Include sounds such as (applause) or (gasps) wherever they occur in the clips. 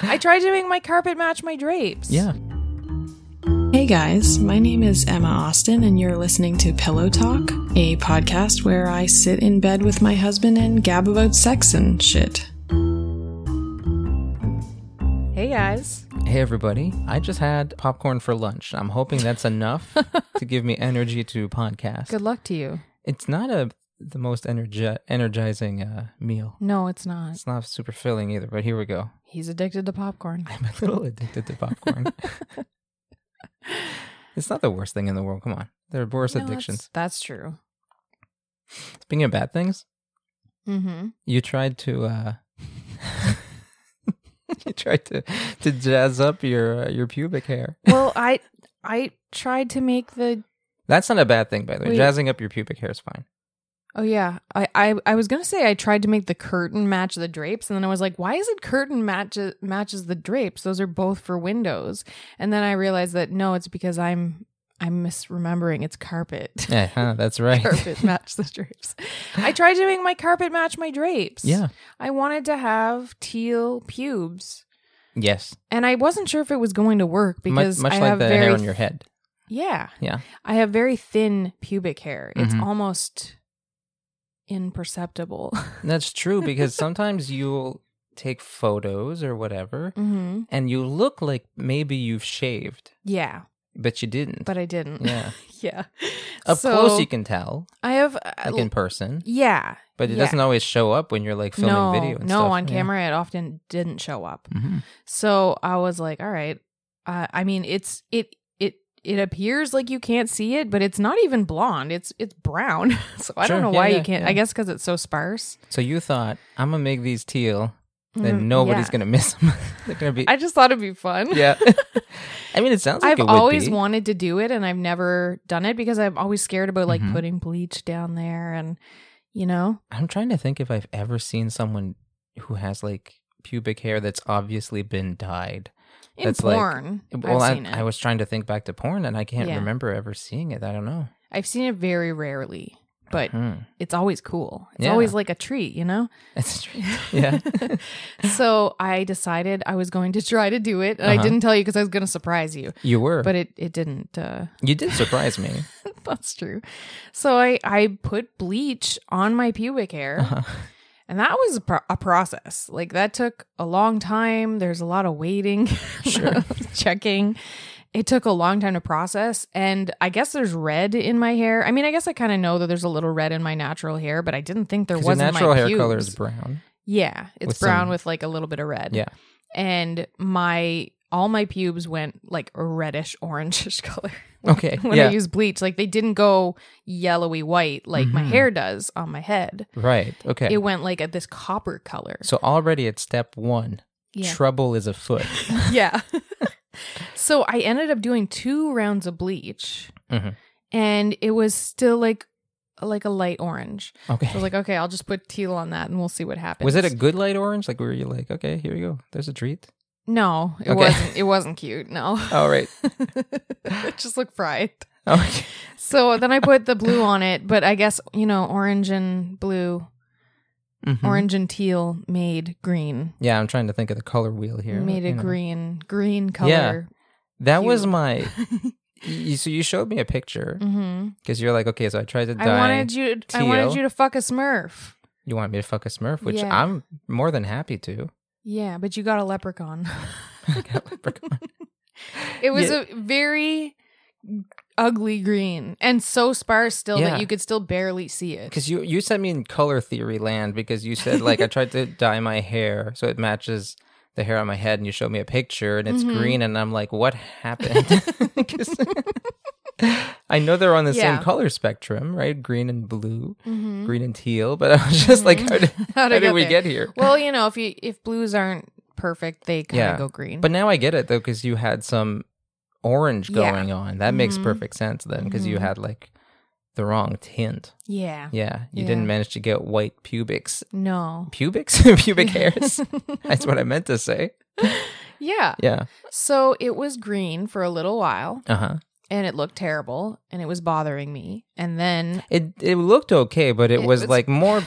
I tried to make my carpet match my drapes. Yeah. Hey guys, my name is Emma Austin, and you're listening to Pillow Talk, a podcast where I sit in bed with my husband and gab about sex and shit. Hey guys. Hey, everybody. I just had popcorn for lunch. I'm hoping (laughs) that's enough to give me energy to podcast. Good luck to you. It's not a the most energi- energizing uh, meal. No, it's not. It's not super filling either, but here we go. (laughs) He's addicted to popcorn. I'm a little addicted to (laughs) popcorn. it's not the worst thing in the world. Come on. There are worse No, addictions. That's, that's true. Speaking of bad things, Mm-hmm. you tried to uh (laughs) you tried to to jazz up your uh, your pubic hair. Well, I I tried to make the That's not a bad thing, by the way. Wait. Jazzing up your pubic hair is fine. Oh yeah. I, I I was gonna say I tried to make the curtain match the drapes, and then I was like, why is it curtain matches matches the drapes? Those are both for windows. And then I realized that no, it's because I'm I'm misremembering it's carpet. (laughs) Yeah, huh, that's right. carpet match the drapes. I tried to make my carpet match my drapes. (laughs) Yeah. I wanted to have teal pubes. Yes. And I wasn't sure if it was going to work Mu- because much I like have the very hair on your head. yeah. Yeah. I have very thin pubic hair. It's Mhm. almost imperceptible. That's true because sometimes you'll take photos or whatever hmm and you look like maybe you've shaved, Yeah, but you didn't. but I didn't. (laughs) yeah. (laughs) yeah. Up So, close you can tell, I have uh, like in person, yeah. but it yeah. doesn't always show up when you're like filming no, video and no, stuff. on Yeah. camera it often didn't show up. Mhm. So I was like, all right. Uh, I mean, it's it it it appears like you can't see it, but it's not even blonde. It's it's brown. (laughs) so I Sure. don't know Yeah, why yeah, you can't. yeah. I guess because it's so sparse. So you thought I'm gonna make these teal, then Mm, nobody's yeah. gonna miss them. (laughs) They're gonna be I just thought it'd be fun. (laughs) yeah. I mean, it (laughs) sounds like I've it would always be. wanted to do it, and I've never done it because I'm always scared about like Mhm. putting bleach down there, and you know, I'm trying to think if I've ever seen someone who has like pubic hair that's obviously been dyed. in That's like- porn, Well, I've I, seen it. I was trying to think back to porn, and I can't Yeah. remember ever seeing it. I don't know. I've seen it very rarely, but Hmm. (laughs) it's always cool. It's Yeah. always like a treat, you (laughs) know. (laughs) That's true. Yeah. so I decided I was going to try to do it. And I Uh-huh. didn't tell you because I was going to surprise you, you were, but it, it didn't. Uh, you did (laughs) surprise me. that's true. So I, I put bleach on my pubic hair. Uh-huh. And that was a, pro- a process. Like that took a long time. There's a lot of waiting, (laughs) Sure. checking. It took a long time to process. And I guess there's red in my hair. I mean, I guess I kind of know that there's a little red in my natural hair, but I didn't think there 'Cause was in your natural my hair pubes. color is brown. Yeah, it's With brown some- with like a little bit of red. (laughs) Yeah. And my all my pubes went like a reddish orangish (laughs) color Okay. (laughs) when I yeah. use bleach. Like they didn't go yellowy white like my Mhm. hair does on my head. right. Okay. It went like a, this copper color. so already at step one, yeah. trouble is afoot. (laughs) (laughs) yeah. so I ended up doing two rounds of bleach Mhm. and it was still like like a light orange. Okay. I was like, okay, I'll just put teal on that and we'll see what happens. (laughs) Was it a good light orange? Like were you like, okay, here you go. There's a treat. No, it Okay. Oh. wasn't. It wasn't cute. No. All right. (laughs) (laughs) it just looked fried. Okay. So then I put the blue on it, but I guess, you know, orange and blue, Mm-hmm. Mhm. orange and teal made green. Yeah, I'm trying to think of the color wheel here. made a you know. green, green Yeah. (laughs) color. That was hue. my. You, so you showed me a picture hmm because you're like, okay, so I tried to dye. I wanted you I teal. wanted you to fuck a smurf. you want me to fuck a Smurf, which Yeah. I'm more than happy (laughs) to. Yeah, but you got a leprechaun. (laughs) I (laughs) got leprechaun. It was Yeah. a very ugly green and so sparse still Yeah. that you could still barely see it. Because you you sent me in color theory land because you said like I tried (laughs) to dye my hair so it matches the hair on my head, and you showed me a picture and it's Mhm. green, and I'm like, what happened? (laughs) 'Cause I know they're on the Yeah. same color spectrum, right? Green and blue, Mhm. green and teal, but I was just like, Mhm. how (laughs) did, How'd I how did get we there? get here? Well, you know, if you if blues aren't perfect, they kind of Yeah, go green. But now I get it though, because you had some orange Yeah. going on. That makes Mhm. perfect sense then, because you Mhm. had like the wrong tint. yeah, Yeah, you Yeah. didn't manage to get white pubics, no (laughs) pubics, (laughs) pubic hairs. That's what I meant to say. yeah. Yeah. So it was green for a little while, Uh huh. and it looked terrible, and it was bothering me. And then It it looked okay, but it, It (laughs) was, was- like more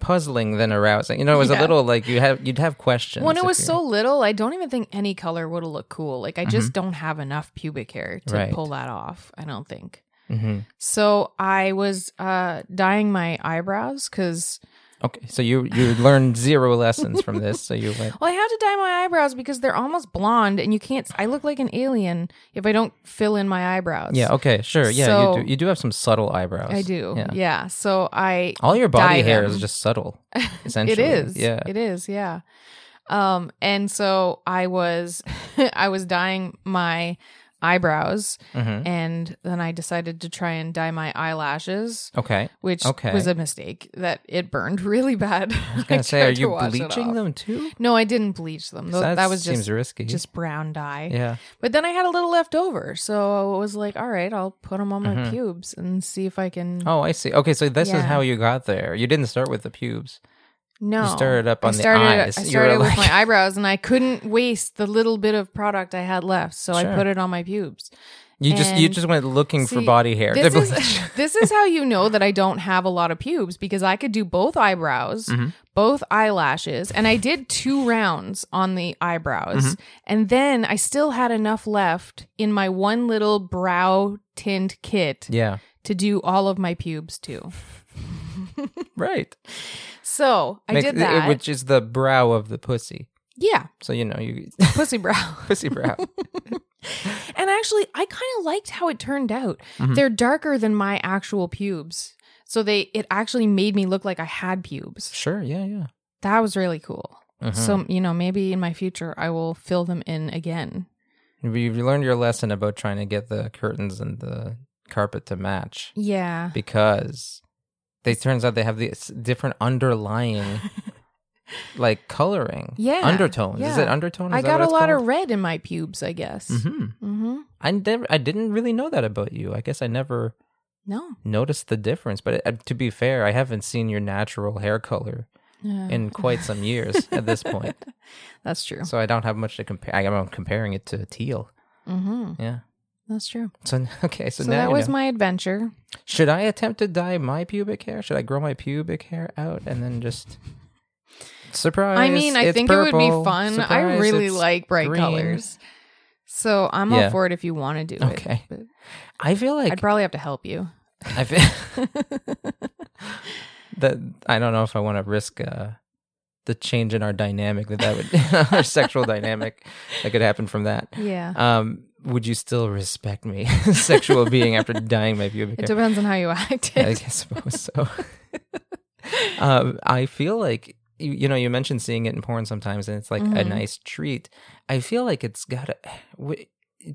puzzling than arousing. You know, it was Yeah. a little like you have you'd have questions. When it if was you- so little, I don't even think any color would have looked cool. Like I just don't have enough pubic hair to Mm-hmm. Right. pull that off. I don't think. Mhm. So I was uh dyeing my eyebrows because Okay, so you you learned zero lessons from this. So you (laughs) went. well, I had to dye my eyebrows because they're almost blonde, and you can't. I look like an alien if I don't fill in my eyebrows. Yeah. Okay. Sure. Yeah. So- you do. You do have some subtle eyebrows. I do. Yeah. Yeah. So I All your Dye body hair is them. just subtle. (laughs) Essentially. it is. Yeah. It is, yeah. Um and so I was (laughs) I was dyeing my eyebrows Mhm. and then I decided to try and dye my eyelashes, Okay. which Okay. was a mistake that it burned (laughs) really bad. (laughs) I I was gonna say, are tried to you wash it bleaching off. them too? No, I didn't bleach them. Tho- that, that was seems just risky. just brown dye. yeah. But then I had a little left over, so I was like, all right, I'll put them on my Mm-hmm. pubes and see if I can Oh, I see. Okay, so this Yeah. is how you got there. You didn't start with the pubes. No, started up on I the started, eyes. I You were started with like- (laughs) my eyebrows, and I couldn't waste the little bit of product I had left, so I Sure. put it on my pubes. You just you And- just went looking for See, body hair. This to is (laughs) bleach. this is how you know that I don't have a lot of pubes because I could do both eyebrows, Mm-hmm. both eyelashes, and I did two rounds on the eyebrows, Mm-hmm. and then I still had enough left in my one little brow tint kit yeah. to do all of my pubes too. Right. So I Makes- did it- that. which is the brow of the pussy. yeah, So you know (laughs) you pussy brow. pussy brow. And actually, I kind of liked how it turned out. Mm-hmm. They're darker than my actual pubes. So they it actually made me look like I had pubes. sure. Yeah. Yeah. That was really cool. Mhm. So, you know, maybe in my future I will fill them in again. You've learned your lesson about trying to get the curtains and the carpet to match Yeah. because they turns out they have these different (laughs) underlying like coloring. Yeah, Undertones. Is it yeah. undertone? Is I got a lot of red in my pubes, I guess. hmm Mm-hmm. I never, I didn't really know that about you. I guess I never No. noticed the difference. But uh, to be fair, I haven't seen your natural hair color Yeah. in quite some years at this point. (laughs) That's true. So I don't have much to compare. I'm comparing it to teal. Mm-hmm. Yeah. That's true. So (laughs) okay. So, So, now that you was know. my adventure. Should I attempt to dye my pubic hair? Should I grow my pubic hair out and then just surprise? I mean, I it's think it would purple. be fun. I Surprise, really it's like bright green. colors. So I'm Yeah. all for it if you want to do Okay. it. but I feel like I'd probably have to help you. (laughs) I feel (laughs) that I don't know if I want to risk uh, the change in our dynamic that that would (laughs) our sexual dynamic that could happen (laughs) from that. Yeah. Um, would you still respect me, (laughs) sexual being, after dying my pubic It hair? depends on how you (laughs) act. I guess I (laughs) suppose so. um, I feel like you, you know you mentioned seeing it in porn sometimes, and it's like a Mhm. nice treat. I feel like it's gotta. (sighs) W-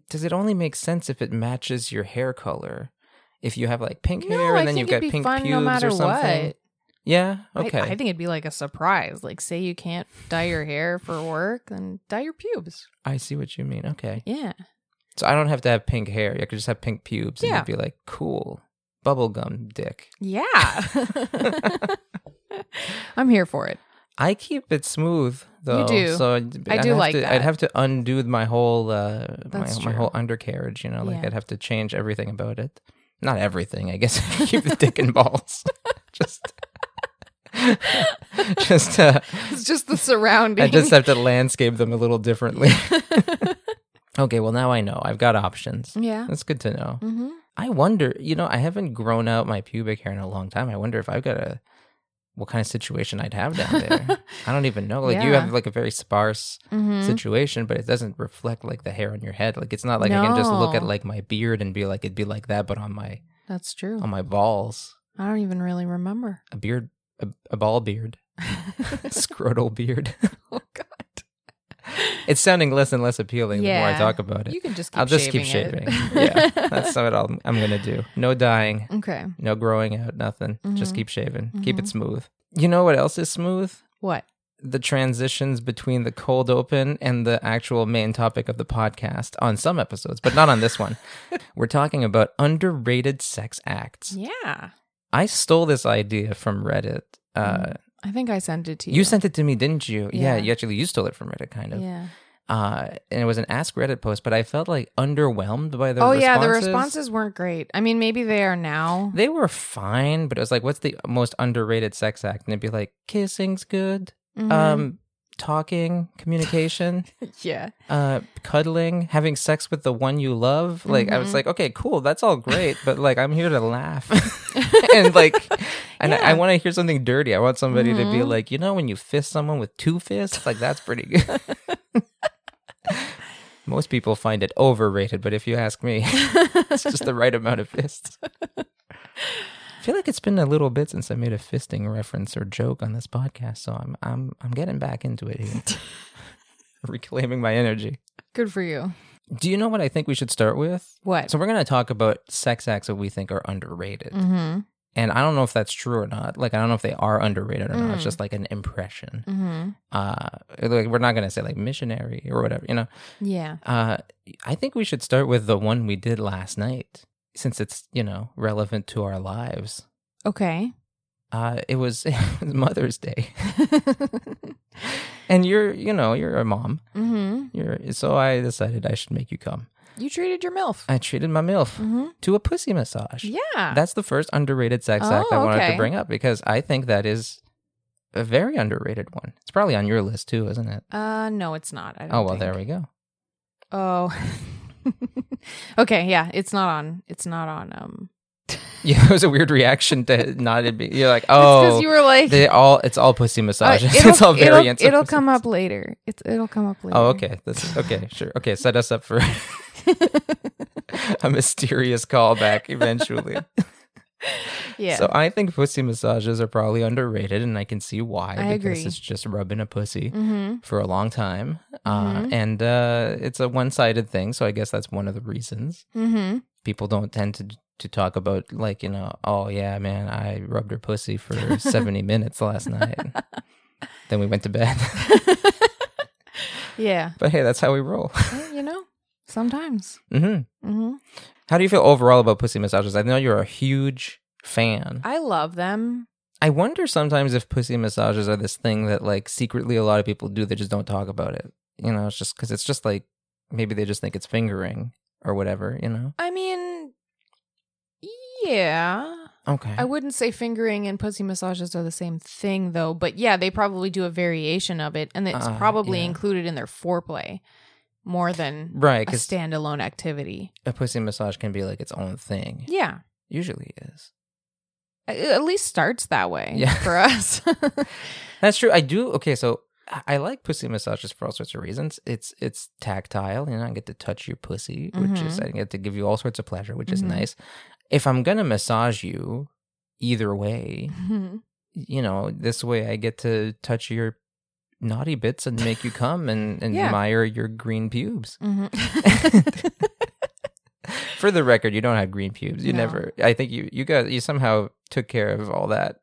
does it only make sense if it matches your hair color? If you have like pink hair and then you've got pink pubes or something. Yeah. Okay. I, I think it'd be like a surprise. Like, say you can't dye your hair for work, then dye your pubes. I see what you mean. Okay. Yeah. So I don't have to have pink hair. I could just have pink pubes and Yeah. you'd be like, cool. Bubblegum dick. Yeah. (laughs) I'm here for it. I keep it smooth though. do. So I do like to, that. I'd have to undo my whole uh my, That's my true. whole undercarriage, you know, like Yeah. I'd have to change everything about it. Not everything, I guess. (laughs) keep the dick and balls. (laughs) just just uh It's just the surrounding. I just have to landscape them a little differently. (laughs) okay, well now I know. I've got options. (laughs) yeah. That's good to know. Mm-hmm. I wonder, you know, I haven't grown out my pubic hair in a long time. I wonder if I've got a what kind of situation I'd have down there. I don't (laughs) even know. Like you Yeah. have like a very sparse Mm-hmm. situation, but it doesn't reflect like the hair on your head. Like it's not like I can just look at No. like my beard and be like it'd be like that, but on my That's true. on my balls, I don't even really remember. (laughs) a beard, a, a ball beard, (laughs) scrotal beard. (laughs) oh God. It's sounding less and less appealing the more I Yeah. talk about it. You (laughs) can just keep I'll just keep shaving shaving. it. (laughs) yeah, that's what I'll, I'm gonna do. No dyeing. okay. No growing out, nothing. Just Mhm. keep shaving. Keep it Mhm. smooth. You know what else is smooth? What? The transitions between the cold open and the actual main topic of the podcast on some episodes, but not on (laughs) this one. We're talking about underrated sex acts. Yeah. I stole this idea from Reddit. Uh, I think I sent it to you. You sent it to me, didn't you? Yeah. Oh, Yeah. you actually you stole it from Reddit, kind of. Yeah. Uh, and it was an Ask Reddit post, but I felt like underwhelmed by the. oh responses. yeah, the responses weren't great. I mean, maybe they are now. They were fine, but it was like, what's the most underrated sex act? And it'd be like, kissing's good. Mhm. Um, talking, communication, yeah. uh, cuddling, having sex with the one you love. Like I was like, okay, cool, that's all great, but like I'm here to laugh, (laughs) and like, and I, I Yeah. want to hear something dirty. I want somebody to be like, you know, when you fist someone with two fists, like that's pretty good. Most people find it overrated, but if you ask me, (laughs) it's just the right amount of fists. I feel like it's been a little bit since I made a fisting reference or joke on this podcast, so I'm I'm I'm getting back into it here. Reclaiming my energy. Good for you. Do you know what I think we should start with? What? So we're going to talk about sex acts that we think are underrated. mm-hmm. And I don't know if that's true or not. Like I don't know if they are underrated or not. It's Mm. just like an impression. Mm-hmm. Uh like we're not going to say like missionary or whatever, you know. Yeah. Uh, I think we should start with the one we did last night, since it's you know relevant to our lives. (laughs) Okay. Uh, it was (laughs) Mother's Day, and you're you know you're a mom. Mm-hmm. You're so I decided I should make you come. You treated your milf. I treated my milf Mm-hmm. to a pussy massage. Yeah. That's the first underrated sex act I Oh, wanted to okay. bring up because I think that is a very underrated one. It's probably on your list too, isn't it? uh, no, it's not. I don't Oh well, think. there we go. (laughs) Oh. (laughs) okay. Yeah, it's not on. It's not on. Um. Yeah, it was a weird reaction to not it be. You're like, it's oh, because you were like. They all it's all (laughs) pussy uh, massages. (laughs) it'll, it's all it'll- variants. of It'll, pussy come massage. up later. It's it'll come up later. (laughs) Oh, okay. This is, okay, sure. Okay, set us up for (laughs) a mysterious callback eventually. (laughs) yeah. So I think pussy massages are probably underrated, and I can see why I because agree. it's just rubbing a pussy mm-hmm. for a long time, uh, Mhm. and uh, it's a one-sided thing. So I guess that's one of the reasons Mm-hmm. (laughs) people don't tend to to talk about like you know, oh yeah, man, I rubbed her pussy for seventy minutes last night. Then we went to bed. (laughs) Yeah. But hey, that's how we roll. (laughs) Well, you know, sometimes. hmm Mm-hmm. How do you feel overall about pussy massages? I know you're a huge fan. I love them. I wonder sometimes if pussy massages are this thing that like secretly a lot of people do. They just don't talk about it. You know, it's just because it's just like maybe they just think it's fingering or whatever. You know. I mean, yeah. Okay. I wouldn't say fingering and pussy massages are the same thing, though. But yeah, they probably do a variation of it, and it's Uh, probably yeah. included in their foreplay more than right, a because standalone activity. a pussy massage can be like its own thing. Yeah, Usually is. it at least starts that way Yeah. for (laughs) us. That's true. I do. Okay, so I- I like pussy massages for all sorts of reasons. It's it's tactile, you know. I get to touch your pussy, which is Mm-hmm. I get to give you all sorts of pleasure, which is Mhm. nice. If I'm gonna massage you, either way, Mhm. you know, this way I get to touch your naughty bits and make you (laughs) come and, and Yeah. admire your green pubes. Mhm. For the record, you don't have green pubes. You No. never. I think you you guys you somehow took care of all that.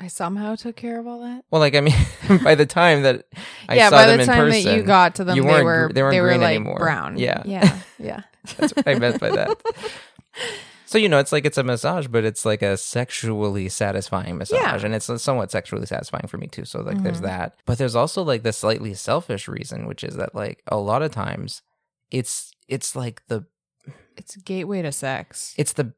I somehow took care of all that. Well, like I mean, (laughs) by the time that I yeah, saw by them the in time person, that you got to them, you they weren't were gr- they, they weren't were green like anymore. brown. Yeah. (laughs) yeah, yeah. That's what I meant by that. So you know, it's like it's a massage, but it's like a sexually satisfying massage, Yeah. and it's somewhat sexually satisfying for me too. So like, there's Mhm. that, but there's also like the slightly selfish reason, which is that like a lot of times, it's it's like the (laughs) It's a gateway to sex. it's the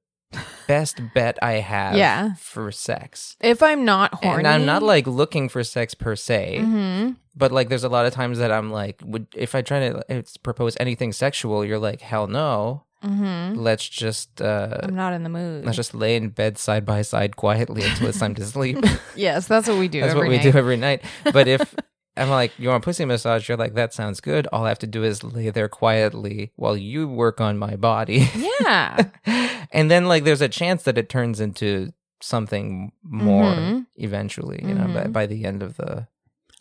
best bet I have Yeah. for sex, If I'm not horny, and I'm not like looking for sex per se, hmm but like there's a lot of times that I'm like, would if I try to uh, propose anything sexual, you're like, hell no, hmm let's just uh, I'm not in the mood. Let's just lay in bed side by side quietly until it's time (laughs) to sleep. yes, that's what we do. That's what every we night. do every night. But if (laughs) I'm like, you want a pussy massage? You're like, that sounds good. All I have to do is lay there quietly while you work on my body. (laughs) Yeah. and then, like, there's a chance that it turns into something more Mhm. eventually, you know, by, Mhm. by the end of the,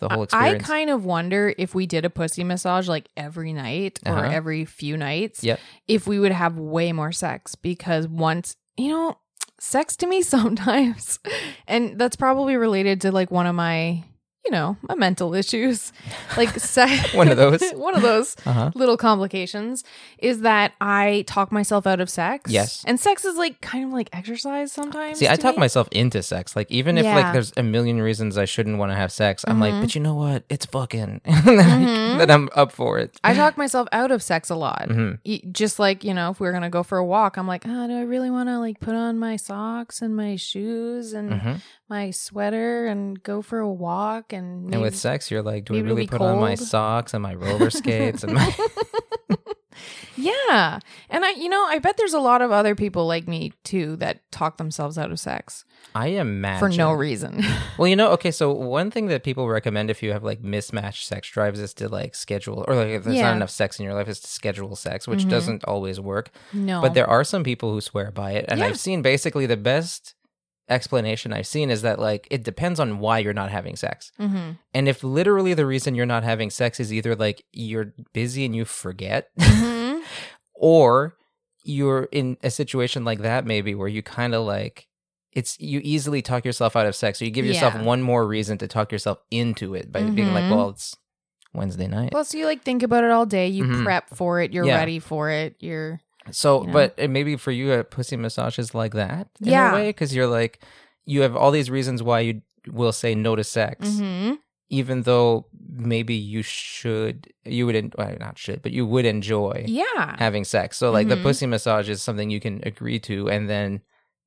the whole I experience. kind of wonder if we did a pussy massage like every night or Uh-huh. every few nights, Yep. if we would have way more sex because once, you know, (laughs) sex to me sometimes, and that's probably related to like one of my, you know, my mental (laughs) issues, like se- One of those. (laughs) one of those Uh-huh. little complications is that I talk myself out of sex. Yes. and sex is like kind of like exercise sometimes. See, I to talk me. myself into sex. Like even if Yeah. like there's a million reasons I shouldn't want to have sex, I'm like, Mhm. but you know what? It's fucking. (laughs) and then, I- Mhm. then I'm up for it. I talk myself out of sex a lot. Mhm. Y- Just like you know, if we were gonna go for a walk, I'm like, oh, do I really want to like put on my socks and my shoes and Mhm. my sweater and go for a walk and And maybe- with sex, you're like, do I maybe it'll really be put on my cold. socks and my roller skates and (laughs) my? (laughs) yeah, and I, you know, I bet there's a lot of other people like me too that talk themselves out of sex I imagine for no (laughs) reason. (laughs) Well, you know, okay, so one thing that people recommend if you have like mismatched sex drives is to like schedule, or like if there's Yeah. not enough sex in your life, is to schedule sex, which Mhm. doesn't always work. no, But there are some people who swear by it. And Yeah. I've seen basically the best explanation I've seen is that like it depends on why you're not having sex. hmm And if literally the reason you're not having sex is either like you're busy and you forget, hmm (laughs) or you're in a situation like that maybe where you kind of like it's you easily talk yourself out of sex so you give yourself Yeah. one more reason to talk yourself into it by being like Mhm. well it's wednesday night Plus, you like think about it all day. You Mhm. prep for it. You're Yeah. ready for it. You're so you know. but uh, maybe for you a pussy massage is like that in Yeah. a way because you're like you have all these reasons why you will say no to sex hmm even though maybe you should you would en- well, not should but you would enjoy yeah. having sex. So like Mhm. the pussy massage is something you can agree to and then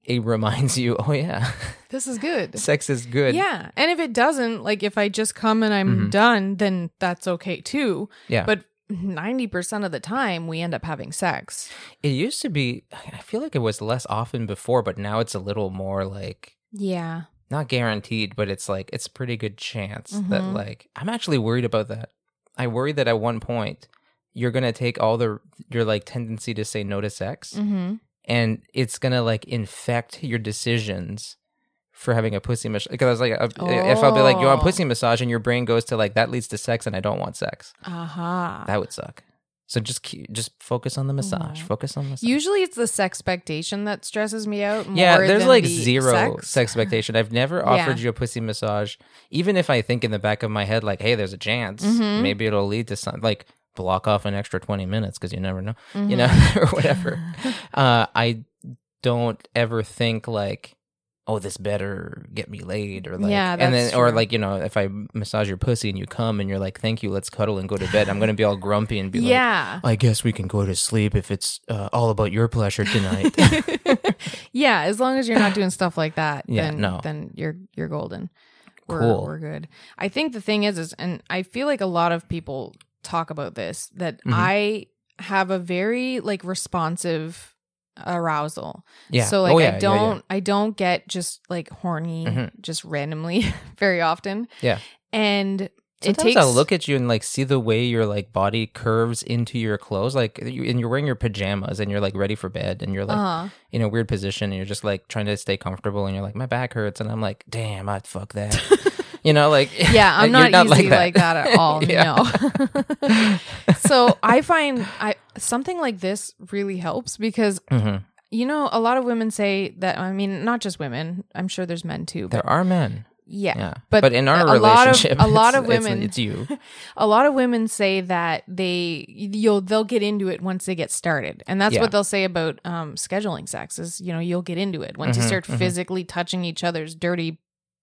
it (laughs) reminds you, oh yeah, (laughs) This is good. sex is good. Yeah. And if it doesn't, like if I just come and I'm Mhm. done, then that's okay too. Yeah. But 90% of the time, we end up having sex. It used to be I feel like it was less often before, but now it's a little more like Yeah. not guaranteed, but it's like it's a pretty good chance that Mhm. like I'm actually worried about that. I worry that at one point you're gonna take all the your like tendency to say no to sex Mm-hmm. and it's gonna like infect your decisions for having a pussy massage. Because I was like, uh, if I'll be like, you want Oh. pussy massage, and your brain goes to like that leads to sex, and I don't want sex. Aha. That would suck. So just keep, just focus on the massage. Aw. Focus on the massage. Usually it's the sex expectation that stresses me out. More yeah, there's than like the zero sex. sex expectation. (laughs) I've never Yeah. offered you a pussy massage, even if I think in the back of my head like, hey, there's a chance, Mhm. maybe it'll lead to something. Like block off an extra twenty minutes because you never know. Mhm. you know, (laughs) (laughs) or whatever. Uh, I don't ever think like, oh, this better get me laid, or like, Yeah, and that's then or true. like you know, if I massage your pussy and you come and you're like, thank you, let's cuddle and go to bed. I'm gonna be all grumpy and be Yeah. like, I guess we can go to sleep if it's uh, all about your (laughs) pleasure tonight. yeah, as long as you're not doing stuff like that, (laughs) Yeah, then no. then you're you're golden. We're, Cool. we're good. I think the thing is is and I feel like a lot of people talk about this that Mhm. I have a very like responsive arousal. yeah. So like Oh, yeah, yeah, I yeah. don't I don't get just like horny Mhm. just randomly (laughs) very often. Yeah. And Sometimes it takes I'll look at you and like see the way your like body curves into your clothes, like you, and you're wearing your pajamas and you're like ready for bed and you're like uh-huh. in a weird position and you're just like trying to stay comfortable and you're like my back hurts and I'm like damn I'd fuck (laughs) that you know like (laughs) Yeah, I'm you're not, easy like that. at all. No. (laughs) so I find I something like this really helps because Mhm. you know a lot of women say that. I mean, not just women. I'm sure there's men too. But there are men yeah, yeah but but, in our a lot of- relationship (laughs) a lot it's- of it's- women- it's, you (laughs) a lot of women say that they you'll they'll get into it once they get started, and that's Yeah. what they'll say about um, scheduling sex is you know you'll get into it once you Mhm, start mhm. physically touching each other's dirty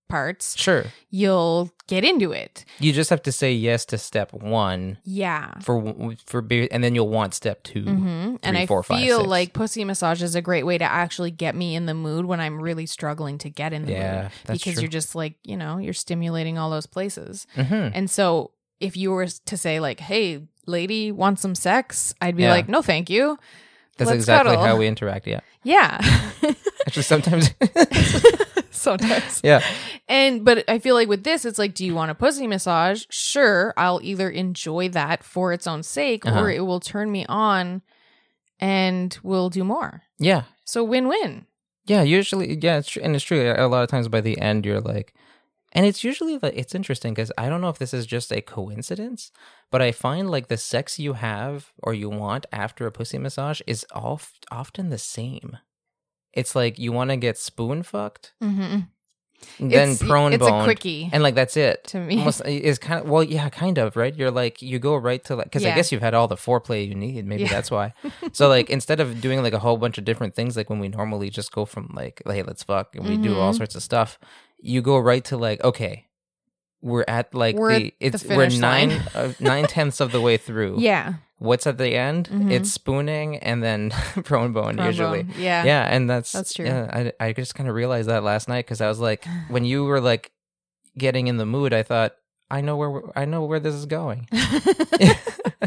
parts. sure You'll get into it. you just have to say yes to step one Yeah. for w- for be- and then you'll want step 2 Mm-hmm. And three, I four, five, feel six. like pussy massage is a great way to actually get me in the mood when I'm really struggling to get in the mood yeah that's because true you're just like you know you're stimulating all those places. Mhm. And so if you were to say like, "Hey, lady, want some sex?" I'd be Yeah. like, "No, thank you." that's let's exactly cuddle. how we interact yeah Yeah. (laughs) actually sometimes (laughs) Sometimes. yeah And but I feel like with this, it's like, do you want a pussy massage? Sure, I'll either enjoy that for its own sake, Uh-huh. or it will turn me on, and we'll do more. yeah So win-win. Yeah, usually, yeah, it's true, and it's true. A lot of times, by the end, you're like, and it's usually like it's interesting because I don't know if this is just a coincidence, but I find like the sex you have or you want after a pussy massage is oft often the same. It's like you want to get spoon fucked, Mm-hmm. then It's- prone it's a boned, quickie and like that's it (laughs) to me. Almost eh, is kind of well, yeah, kind of right. You're like you go right to like because I Yeah. guess you've had all the foreplay you need. Maybe Yeah. that's why. (laughs) So like instead of doing like a whole bunch of different things, like when we normally just go from like hey let's fuck and we do all Mhm. sorts of stuff, you go right to like okay, we're at like We're at the it's the we're finish nine line. uh, nine tenths of the way through. (laughs) yeah. What's at the end? Mhm. It's spooning and then (laughs) prone bone Prone usually bone. Yeah. yeah and that's That's true. yeah, I, I just kind of realized that last night because i was like when you were like getting in the mood i thought i know where we're- i know where this is going (laughs) (laughs)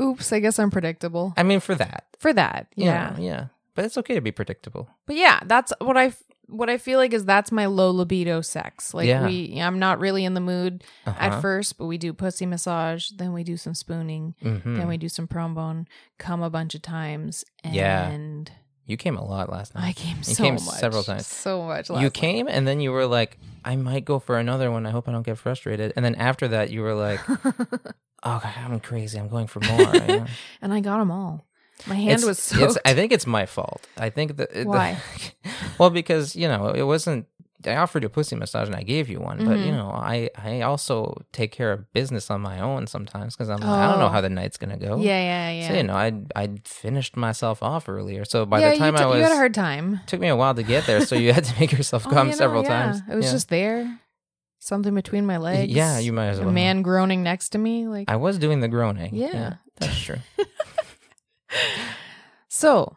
Oops, I guess I'm predictable. i mean for that For that. yeah. yeah yeah but it's okay to be predictable But yeah, that's what I f- what I feel like is that's my low libido sex. Like Yeah. we I'm not really in the mood Uh-huh. at first, but we do pussy massage, then we do some spooning, Mhm. then we do some prone bone, come a bunch of times and Yeah. you came a lot last night I came You so came much. several times. So much last you came and then you were like i might go for another one i hope i don't get frustrated and then after that you were (laughs) like oh God, i'm crazy i'm going for more yeah. and I got them all. My hand It's- was so (laughs) it's- I think it's my fault. I think that it- Why? (laughs) well, because you know it wasn't. I offered you a pussy massage and I gave you one, but you Mhm. know I I also take care of business on my own sometimes because I'm I don't know Oh. how the night's gonna go. Yeah, yeah, yeah. So you know I I finished myself off earlier, so by yeah, the time you, t- I was you had a hard time. took me a while to get there, so you had to make (laughs) yourself Oh, come you know, several yeah. times. It was Yeah. just there. Something between my Y- legs. yeah, you might as a well. man groaning next to me. Like I was doing the groaning. Yeah. that's true. so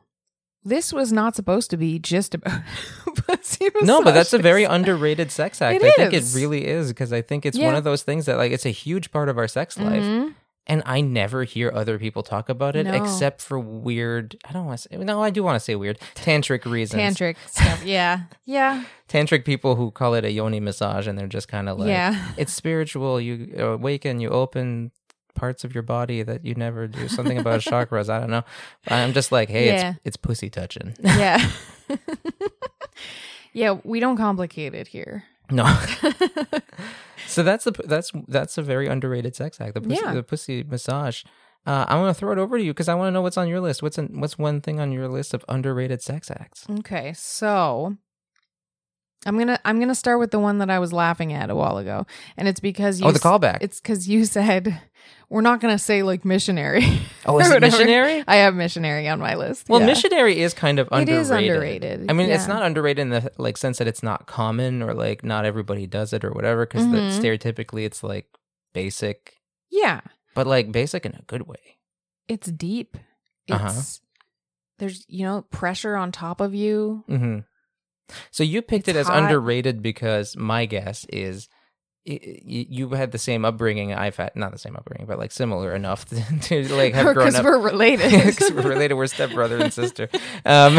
this was not supposed to be just about (laughs) pussy No, but that's a (laughs) very massages. underrated sex act. It I think is. it really is because I think it's one Yeah. of those things that like it's a huge part of our sex life, Mhm. and I never hear other people talk about it No. except for weird. I don't want to say. No, I do want to say weird tantric reasons. tantric stuff. Yeah, yeah, Tantric people who call it a yoni massage, and they're just kind of like, yeah. it's spiritual. You awaken, you open parts of your body that you never do. (laughs) Something about chakras. I don't know. I'm just like, hey, Yeah. it's it's pussy touching. Yeah. (laughs) yeah, we don't complicate it here. (laughs) No. (laughs) so that's the that's that's a very underrated sex act. The pussy, Yeah. the pussy massage. Uh, I want to throw it over to you because I want to know what's on your list. What's an, what's one thing on your list of underrated sex acts? Okay, so I'm going to I'm going to start with the one that I was laughing at a while ago. And it's because you oh, the s- callback. It's cuz you said we're not going to say like missionary. (laughs) oh, is or it whatever. missionary? I have missionary on my list. Well, Yeah. missionary is kind of It underrated. is underrated, I mean, it's yeah. not underrated in the like sense that it's not common or like not everybody does it or whatever. Because Mhm. stereotypically, it's like basic, Yeah. but like basic in a good way. It's deep. It's Uh-huh. There's, you know, pressure on top of you. hmm So you picked It's it as hot. underrated because my guess is i- i- you had the same upbringing I've had. Not the same upbringing, but like similar enough (laughs) to, to, like (laughs) have grown Because up. (laughs) we're related. 'Cause we're (laughs) related. We're stepbrother and sister. Um,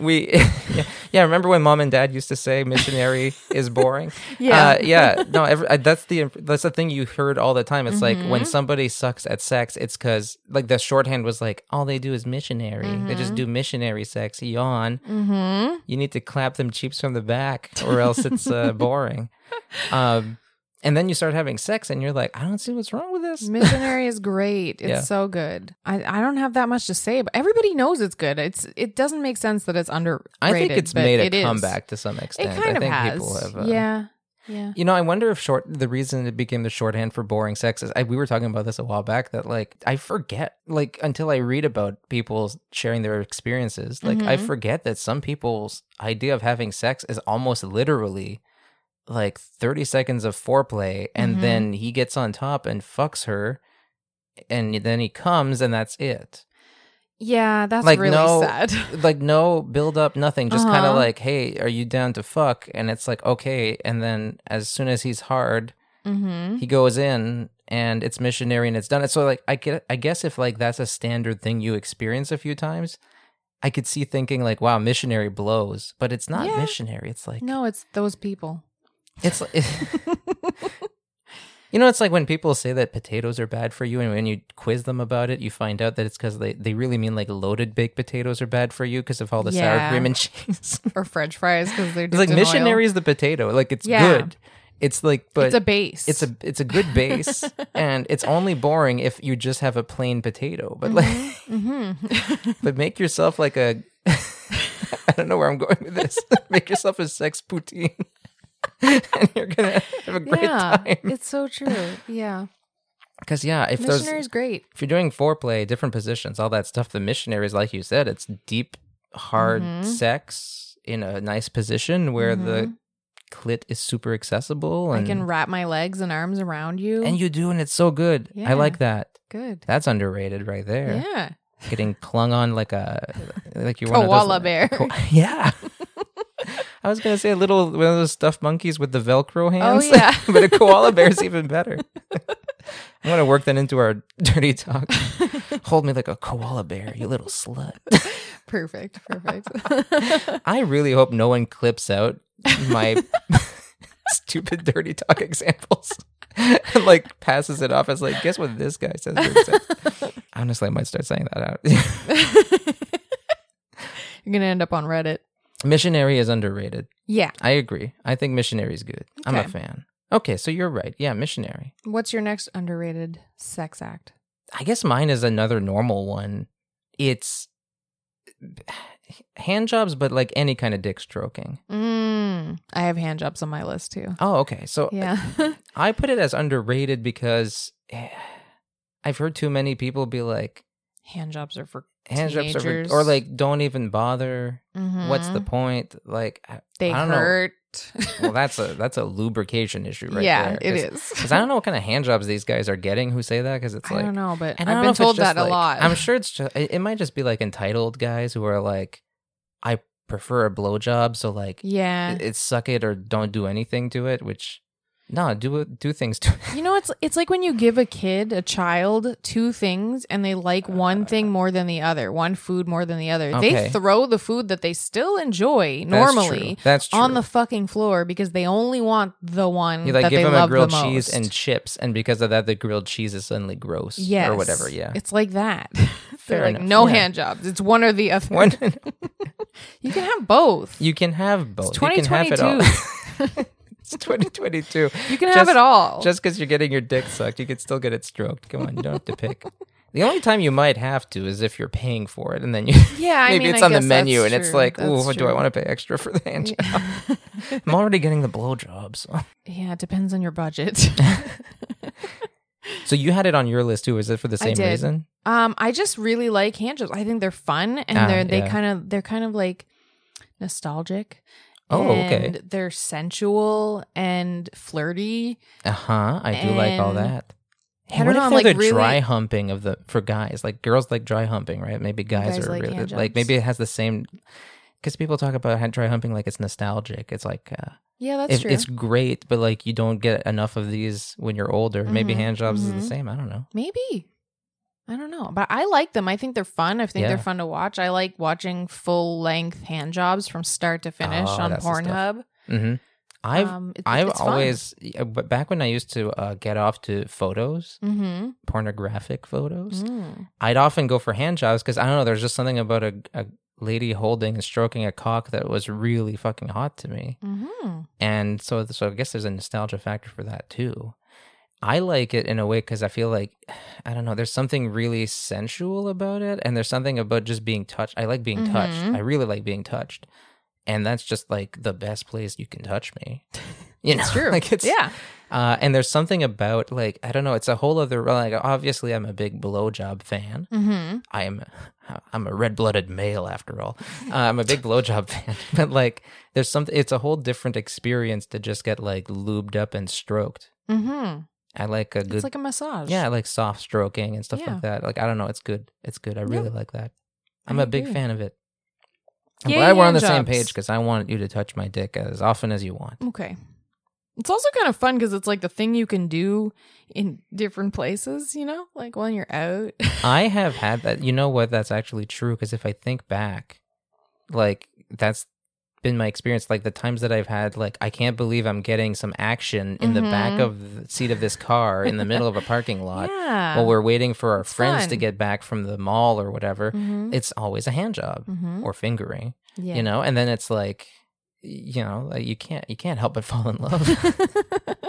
we, (laughs) yeah, yeah. Remember when mom and dad used to (laughs) say missionary is boring? Yeah. uh, yeah. No, every, uh, that's the imp- that's the thing you heard all the time. It's like Mm-hmm. when somebody sucks at sex, it's because like the shorthand was like all they do is missionary. They Mm-hmm. just do missionary sex. Yawn. mhm. You need to clap them cheeks from the back, or else (laughs) it's uh, boring. Um, and then you start having sex, and you're like, I don't see what's wrong with this. Missionary is great. It's Yeah. so good. I, I don't have that much to say, but everybody knows it's good. It's it doesn't make sense that it's underrated. I think it's but made it a is. comeback to some extent. It kind I of think has. people have. Uh, yeah, yeah. You know, I wonder if short the reason it became the shorthand for boring sex is I, we were talking about this a while back that like I forget like until I read about people sharing their experiences like I Mhm. forget that some people's idea of having sex is almost literally like 30 seconds of foreplay and Mhm. then he gets on top and fucks her and then he comes and that's it. Yeah, that's Like, really no- sad. (laughs) Like no build up nothing just kind of Uh-huh. like hey are you down to fuck and it's like okay and then as soon as he's hard hmm he goes in and it's missionary and it's done. So like I get, I guess if like that's a standard thing you experience a few times, I could see thinking like, wow, missionary blows, but it's not Yeah. missionary. It's like No, it's those people. it's like, (laughs) you know, it's like when people say that potatoes are bad for you, and when you quiz them about it, you find out that it's because they they really mean like loaded baked potatoes are bad for you because of all the sour Yeah. cream and (laughs) cheese. (laughs) or French fries because they're it's like dipped in oil. missionary is the potato, like it's Yeah. good. It's like, but it's a base. it's a it's a good (laughs) base and it's only boring if you just have Mm-hmm, a plain potato (laughs) but like hmm but make yourself like a (laughs) I don't know where I'm going with this. (laughs) Make yourself a sex poutine, (laughs) and you're gonna have a great (laughs) yeah, time. it's so true. Yeah, Because yeah, if those missionary's great. if you're doing foreplay, different positions, all that stuff, the missionaries, like you said, it's deep, hard Mhm. sex in a nice position where the clit is super accessible Mm-hmm. I and can wrap my legs and arms around you. and you do and it's so good. I Yeah. like that. good. That's underrated right there. Yeah, Oh, Getting clung on like a like you're one koala of those, bear. Ko- (laughs) yeah. I was gonna say a little one of those stuffed monkeys with the Velcro hands. Oh, yeah. (laughs) but a koala bear (laughs) is even better. I'm gonna work that into our (laughs) dirty talk. Hold me like a koala bear, you little slut. (laughs) Perfect. Perfect. (laughs) I really hope no one clips out my (laughs) stupid dirty talk examples (laughs) and like passes it off as like, guess what this guy says? (laughs) Dirty Talk." Honestly, I might start saying that out. You're gonna end up on Reddit. Missionary is underrated. Yeah. I agree. I think missionary is good. I'm a Okay. fan. Okay, so you're right. Yeah, missionary. What's your next underrated sex act? I guess mine is another normal one. It's (sighs) hand jobs, but like any kind of dick stroking. Mm, I have hand jobs on my list too. Oh, okay. So Yeah. (laughs) I put it as underrated because (sighs) eh, I've heard too many people be like, hand jobs are for hand jobs are, for- Teenagers. or like, don't even bother. What's the Mhm. point? Like, I- they I don't know. hurt. well, that's a that's a (laughs) lubrication issue, right yeah, there. it is. Because I don't know what kind of hand jobs these guys are getting who say that. Because it's I like, don't know, but and I I've don't know been if it's told just, that like- a lot. I'm sure it's just it, it might just be like entitled guys who are like, I prefer a blowjob, so like, Yeah. it- it's suck it or don't do anything to it. Which, no, do it- do things to it. (laughs) You know, it's it's like when you give a kid, a child, two things, and they like one thing more than the other, one food more than the other. Okay. They throw the food that they still enjoy That's true. normally that's true. on the fucking floor because they only want the one You like that give they them a love grilled the cheese most. and chips, and because of that, the grilled cheese is suddenly gross. yes, or whatever. Yeah, it's like that. (laughs) Fair (laughs) They're like enough. no Yeah. hand jobs. It's one or the other. (laughs) One- You can have both. You, (laughs) you can have both. It's You can have it all. 2022. (laughs) it's 2022. (laughs) can just- have it all. Just because you're getting your dick sucked, you can still get it stroked. Come on, you don't have to (laughs) pick. The only time you might have to is if you're paying for it, and then you yeah, I maybe mean, it's I on the guess menu, that's and it's true. like, That's ooh, do I true. want to pay extra for the (laughs) hand job? I'm already getting the blowjob. So. Yeah, it depends on your budget. (laughs) (laughs) so you had it on your list too. Is it for the I same did. reason? Um, I just really like hand jobs. I think they're fun and Ah, they're they yeah. kind of they're kind of like nostalgic. Oh, okay. And They're sensual and flirty. Uh huh. I do like all And- that. I Hey, don't what know, if I'm, they're like, the really- dry humping of the for guys? Like girls like dry humping, right? Maybe guys, guys are like really, hand like jobs. maybe it has the same. Because people talk about hand- dry humping like it's nostalgic. It's like uh, Yeah, that's if, true. it's great, but like you don't get enough of these when you're older. Maybe Mhm, hand jobs is mhm. the same. I don't know. Maybe. I don't know. But I like them. I think they're fun. I think Yeah. they're fun to watch. I like watching full length hand jobs from start to finish Oh, on that's the stuff. Pornhub. hmm I've um, it's, I've it's fun. always, yeah, but back when I used to uh, get off to photos, Mhm. pornographic photos, Mm. I'd often go for hand jobs because I don't know. There's just something about a, a lady holding and stroking a cock that was really fucking hot to me, Mhm. and so so I guess there's a nostalgia factor for that too. I like it in a way because I feel like (sighs) I don't know. There's something really sensual about it, and there's something about just being touched. I like being touched. Mhm. I really like being touched, and that's just like the best place you can touch me. (laughs) You know, It's true. (laughs) like it's yeah. uh, and there's something about like I don't know. It's a whole other like. Obviously, I'm a big blowjob fan. Mm-hmm. I'm I'm a red blooded male after all. Uh, I'm a big blowjob (laughs) fan, but like there's something. It's a whole different experience to just get like lubed up and stroked. Mm-hmm. I like a good. It's like a massage. yeah, I like soft stroking and stuff Yeah. like that. Like I don't know. It's good. It's good. I really like that. I'm I a big agree. fan of it. I'm Yay, glad we're on the hand same jobs. page because I want you to touch my dick as often as you want. Okay. It's also kind of fun because it's like the thing you can do in different places, you know, like when you're out. I have had that. You know what? That's actually true. Because if I think back, like that's been my experience. Like the times that I've had, like I can't believe I'm getting some action in the back Mhm. of the seat of this car in the middle of a parking lot (laughs) yeah. while we're waiting for our It's friends to fun. get back from the mall or whatever. Mhm. It's always a hand job Mhm. or fingering, Yeah. you know. (laughs) And then it's like, you know, like you can't you can't help but (laughs) fall in love. (laughs)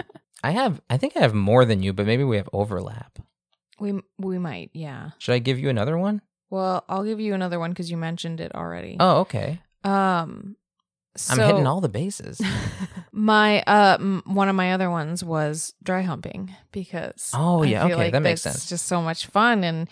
I have, I think I have more than you, but maybe we have overlap. (laughs) we we might, yeah. Should I give you another one? Well, I'll give you another one because you mentioned it already. Oh, okay. Um, I'm so- hitting all the bases. My uh, m- one of my other ones was dry humping because Oh, yeah, I feel okay, like that makes that's sense. Just so much fun, and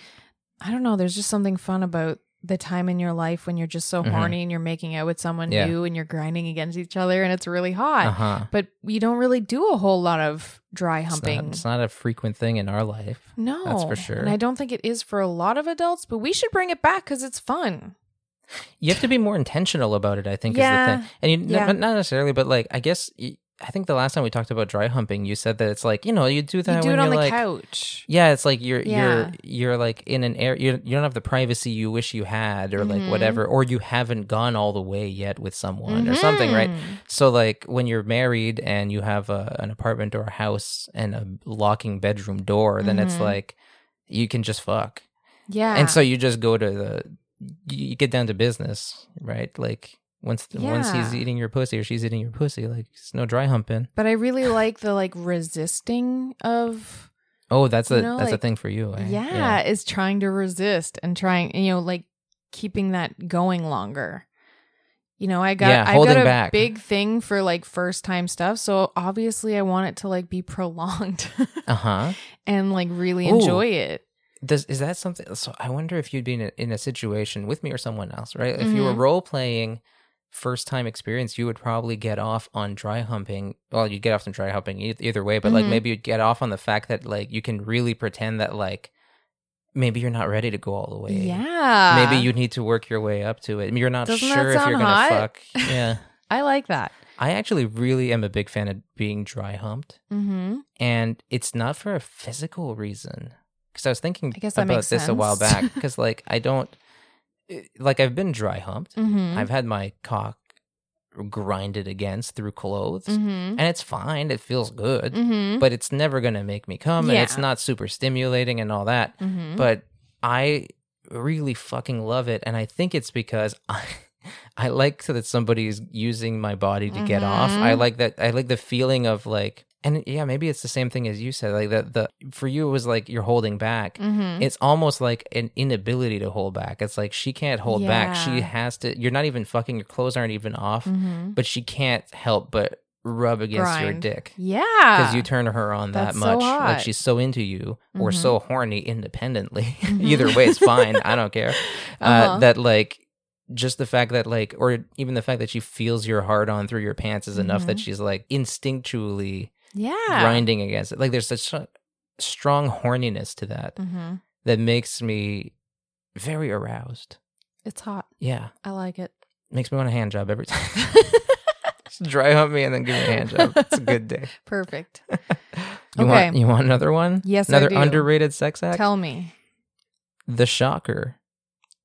I don't know. There's just something fun about the time in your life when you're just so Mhm. horny and you're making out with someone Yeah. new and you're grinding against each other and it's really hot. Uh huh. But you don't really do a whole lot of dry It's humping. not, it's not a frequent thing in our life. no, that's for sure. And I don't think it is for a lot of adults, but we should bring it back because it's fun. You have to be more intentional about it. I think is Yeah. the thing, and you, Yeah. not, not necessarily, but like I guess y- I think the last time we talked about dry humping, you said that it's like you know you do that you do when it on the you're like couch. Yeah, it's like you're Yeah. you're you're like in an air. You you don't have the privacy you wish you had, or like Mhm. whatever, or you haven't gone all the way yet with someone or something, right? Mhm. So like when you're married and you have a, an apartment or a house and a locking bedroom door, then it's Mhm. like you can just fuck, Yeah. and so you just go to the you you get down to business, right? Like once once he's Yeah. eating your pussy or she's eating your pussy, like it's no dry humping. But I really like the like resisting of Oh, that's a You know, that's a like- thing for you. eh? yeah, is trying to resist and trying you know like keeping that going longer. You know, I got Yeah, I holding got a back. big thing for like first time stuff, so obviously I want it to like be (laughs) prolonged Uh huh. and like really Ooh. enjoy it. Does is that something? So I wonder if you'd be in a, in a situation with me or someone else, right? If you were Mhm. role playing first time experience, you would probably get off on dry humping. Well, you'd get off on dry humping e- either way, but like Mhm. maybe you'd get off on the fact that like you can really pretend that like maybe you're not ready to go all the way. Yeah. Maybe you need to work your way up to it. I mean, You're not Uh, Doesn't that sure if you're sound gonna hot? (laughs) fuck. Yeah, I like that. I actually really am a big fan of being dry humped Mhm. and it's not for a physical reason because i was thinking I guess that about this makes a while sense. back because like (laughs) i don't it- like i've been dry humped Mhm. i've had my cock grinded against through clothes Mhm. and it's fine it feels good Mhm. but it's never gonna make me come and it's Yeah. not super stimulating and all that Mhm. but i really fucking love it and i think it's because (laughs) i i like that somebody's using my body to get off Mhm. i like that i like the feeling of like and yeah maybe it's the same thing as you said like that the for you it was like you're holding back Mhm. it's almost like an inability to hold back it's like she can't hold back she Yeah. has to you're not even fucking your clothes aren't even off Mhm. but she can't help but rub against your Grind. dick Yeah. because you turn her on that Ah, That's so much like hot. she's so into you or Mhm. so horny independently (laughs) Mhm. either way it's fine i don't (laughs) care uh, Uh-huh. that like just the fact that like or even the fact that she feels your hard on through your pants is enough that Mhm. she's like instinctually yeah. grinding against it like there's such a strong horniness to that Mhm. that makes me very aroused It's hot. yeah I like it. makes me want a hand job every (laughs) time Just dry hump me and then give me a hand job it's a good day Perfect. You want Okay. you want another one? Yes, I another do. underrated sex act. Tell me. the shocker.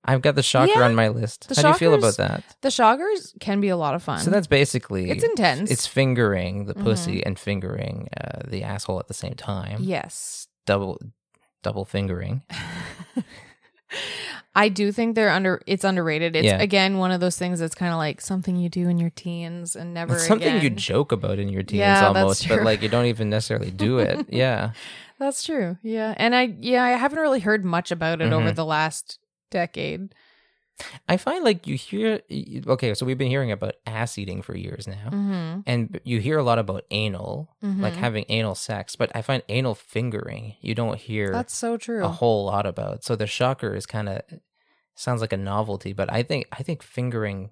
I've got the shocker Yeah, on my list. the How do you feel about shocker's that? The shoggers can be a lot of fun. So that's basically it's intense. Mm-hmm. it's fingering the pussy and fingering uh, the asshole at the same time. yes. double double fingering. I do think they're under it's underrated. It's Yeah. again one of those things that's kind of like something you do in your teens and never It's something you again. joke about in your teens Yeah, that's almost, but true. like you don't even necessarily do it. (laughs) yeah, That's true. Yeah. And I yeah, I haven't really heard much about it Mm-hmm. over the last decade. I find like you hear y- okay. So we've been hearing about ass eating for years now. Mhm. and you hear a lot about anal, like Mhm. having anal sex, but I find anal fingering you don't hear That's so true. a whole lot about. So the shocker is kind of sounds like a novelty, but I think I think fingering,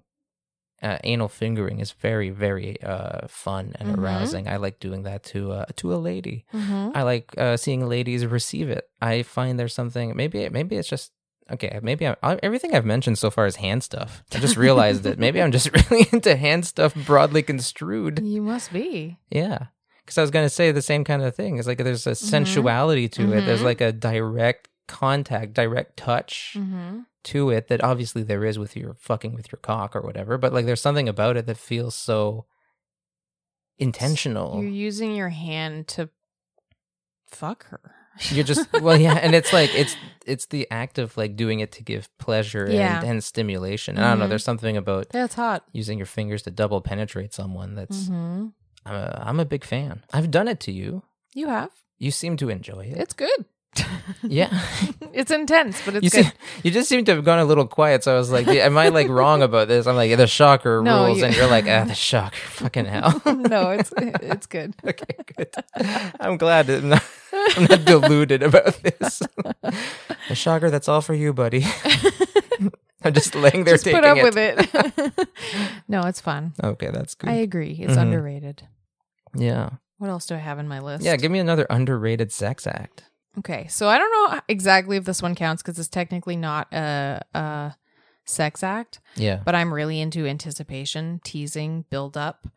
uh, anal fingering is very very uh, fun and Mhm. arousing. I like doing that to uh, to a lady. Mhm. I like uh, seeing ladies receive it. I find there's something maybe maybe it's just okay. Maybe I'm, I, everything I've mentioned so far is hand stuff. I just realized that maybe I'm just (laughs) really into hand stuff broadly construed. You must be. Yeah. Because I was going to say the same kind of thing. It's like there's a Mm-hmm. sensuality to it, there's Mhm. like a direct contact, direct touch Mhm. to it that obviously there is with your fucking with your cock or whatever. But like there's something about it that feels so intentional. You're using your hand to fuck her. You're just well, yeah, and it's like it's it's the act of like doing it to give pleasure Yeah. and, and stimulation. And I don't know. Mhm. There's something about (laughs) That's hot. using your fingers to double penetrate someone that's Mhm. I'm, a, I'm a big fan. I've done it to you. You have. You seem to enjoy it. It's good. (laughs) Yeah. it's intense, but (laughs) it's you good. see, (laughs) you just seem to have gone a little quiet. So I was like, am (laughs) I like wrong about this? I'm like, the shocker No, rules, you- and you're like, ah, (laughs) the shocker, fucking hell. (laughs) no, it's it's good. okay, good. I'm glad that I'm not, (laughs) I'm not deluded about this. (laughs) the shocker, that's all for you, buddy. (laughs) I'm just laying there Just taking put up it. with (laughs) it. no, it's fun. Okay, that's good. I agree. It's Mhm. underrated. yeah, What else do I have in my list? yeah. Give me another underrated sex act. Okay, so I don't know exactly if this one counts because it's technically not a, a sex act, Yeah, but I'm really into anticipation, teasing, build up,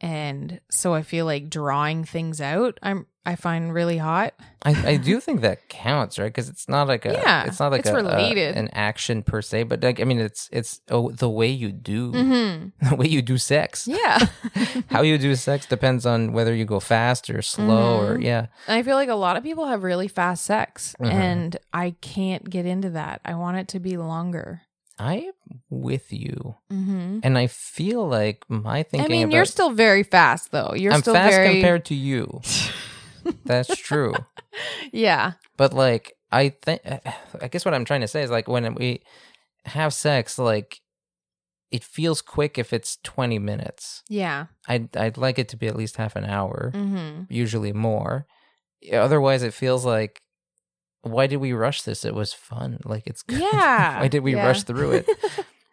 and so I feel like drawing things out. I'm I find really hot. I, I do think that counts, right? Because it's not like a, Yeah, it's not like it's a, a- related. an action per se, but like I mean, it's it's oh, the way you do Mm-hmm. (laughs) the way you do sex. Yeah, (laughs) How you do sex depends on whether you go fast or slow Mm-hmm. or yeah. And I feel like a lot of people have really fast sex, Mhm. and I can't get into that. I want it to be longer. I'm with you, Mm-hmm. and I feel like my I thinking. mean, about, you're still very fast though. You're I'm still fast very compared to you. That's true. (laughs) yeah. but like i think (sighs) i guess what i'm trying to say is like when we have sex like it feels quick if it's 20 minutes Yeah. i'd, I'd like it to be at least half an hour Mm-hmm. usually more otherwise it feels like why did we rush this it was fun (laughs) like it's good Yeah, (laughs) why did we yeah. rush through it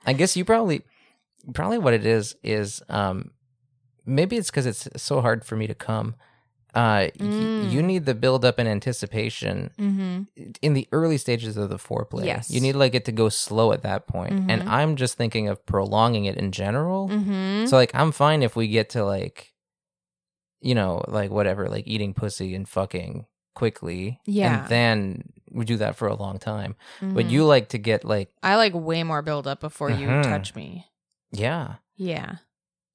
i guess you probably probably what it is is um maybe it's because it's so hard for me to come uh y- Mm. you need the build up and anticipation (laughs) Mm-hmm. in the early stages of the foreplay. Yes. You need like it to go slow at that point. And I'm just thinking of prolonging it in general. Mm-hmm. So like I'm fine if we get to like you know, like whatever, like eating pussy and fucking quickly. Yeah. And then we do that for a long time. Mm-hmm. But you like to get like I like way more build up before you Mhm. touch me. yeah. Yeah.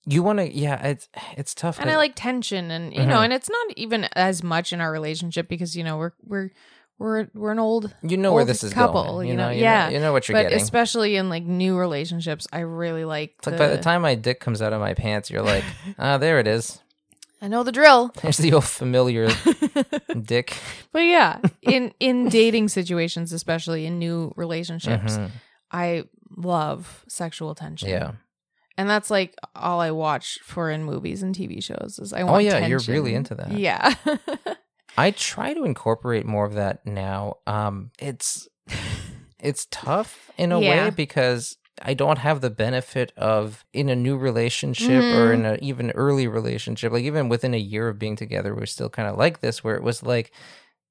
You want to yeah, it's it's tough. And I like tension and you know, Mhm. and it's not even as much in our relationship because you know, we're we're we're we're an old you know where old this is couple, going. you know? you Yeah. know, you know what you're but getting. especially in like new relationships, I really like, It's like by the time my dick comes out of my pants, (laughs) you're like, ah, there it is. I know the (laughs) drill. There's the (laughs) old familiar dick. But yeah, in in dating situations, especially in new relationships, Mhm. I love sexual tension. Yeah. and that's like all I watch for in movies and TV shows. Is I Oh, want. yeah, you're tension. really into that. Yeah, (laughs) I try to incorporate more of that now. Um, it's it's tough in a Yeah. way because I don't have the benefit of in a new relationship or in an even early relationship, like even within a year of being together, we're still kind of like this, where it was like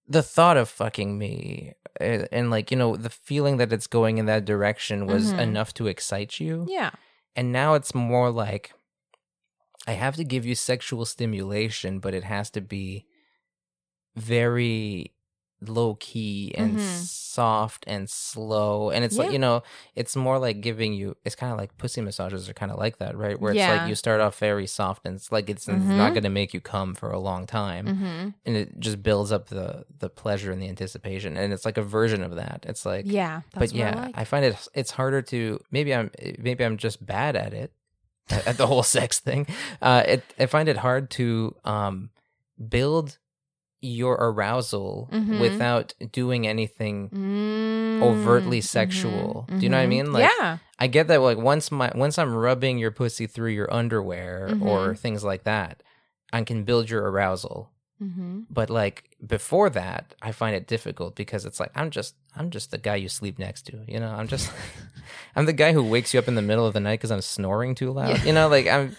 the thought of fucking me and, and like you know the feeling that it's going in that direction was Mhm. enough to excite you yeah, and now it's more like I have to give you sexual stimulation, but it has to be very low key and Mhm. soft and slow. And it's like, Yeah. you know, it's more like giving you, it's kind of like pussy massages are kind of like that, right? Where it's Yeah. like you start off very soft and it's like it's, it's Mhm. not going to make you come for a long time. hmm And it just builds up the, the pleasure and the anticipation. And it's like a version of that. It's like, yeah. That's but what I yeah, I, like. find it it's harder to maybe I'm maybe I'm just bad at it at at the (laughs) whole sex thing. Uh, it I find it hard to um build your arousal Mhm. without doing anything. Mm, overtly mhm, sexual. Do you know what I mhm. mean? Like, yeah, I get that like once my once I'm rubbing your pussy through your underwear or Mhm. things like that, I can build your arousal. hmm But like before that, I find it difficult because it's like I'm just I'm just the guy you sleep next to. You know, I'm (laughs) just I'm the guy who wakes you up in the middle of the night because I'm snoring too loud. You know, (laughs) like I'm.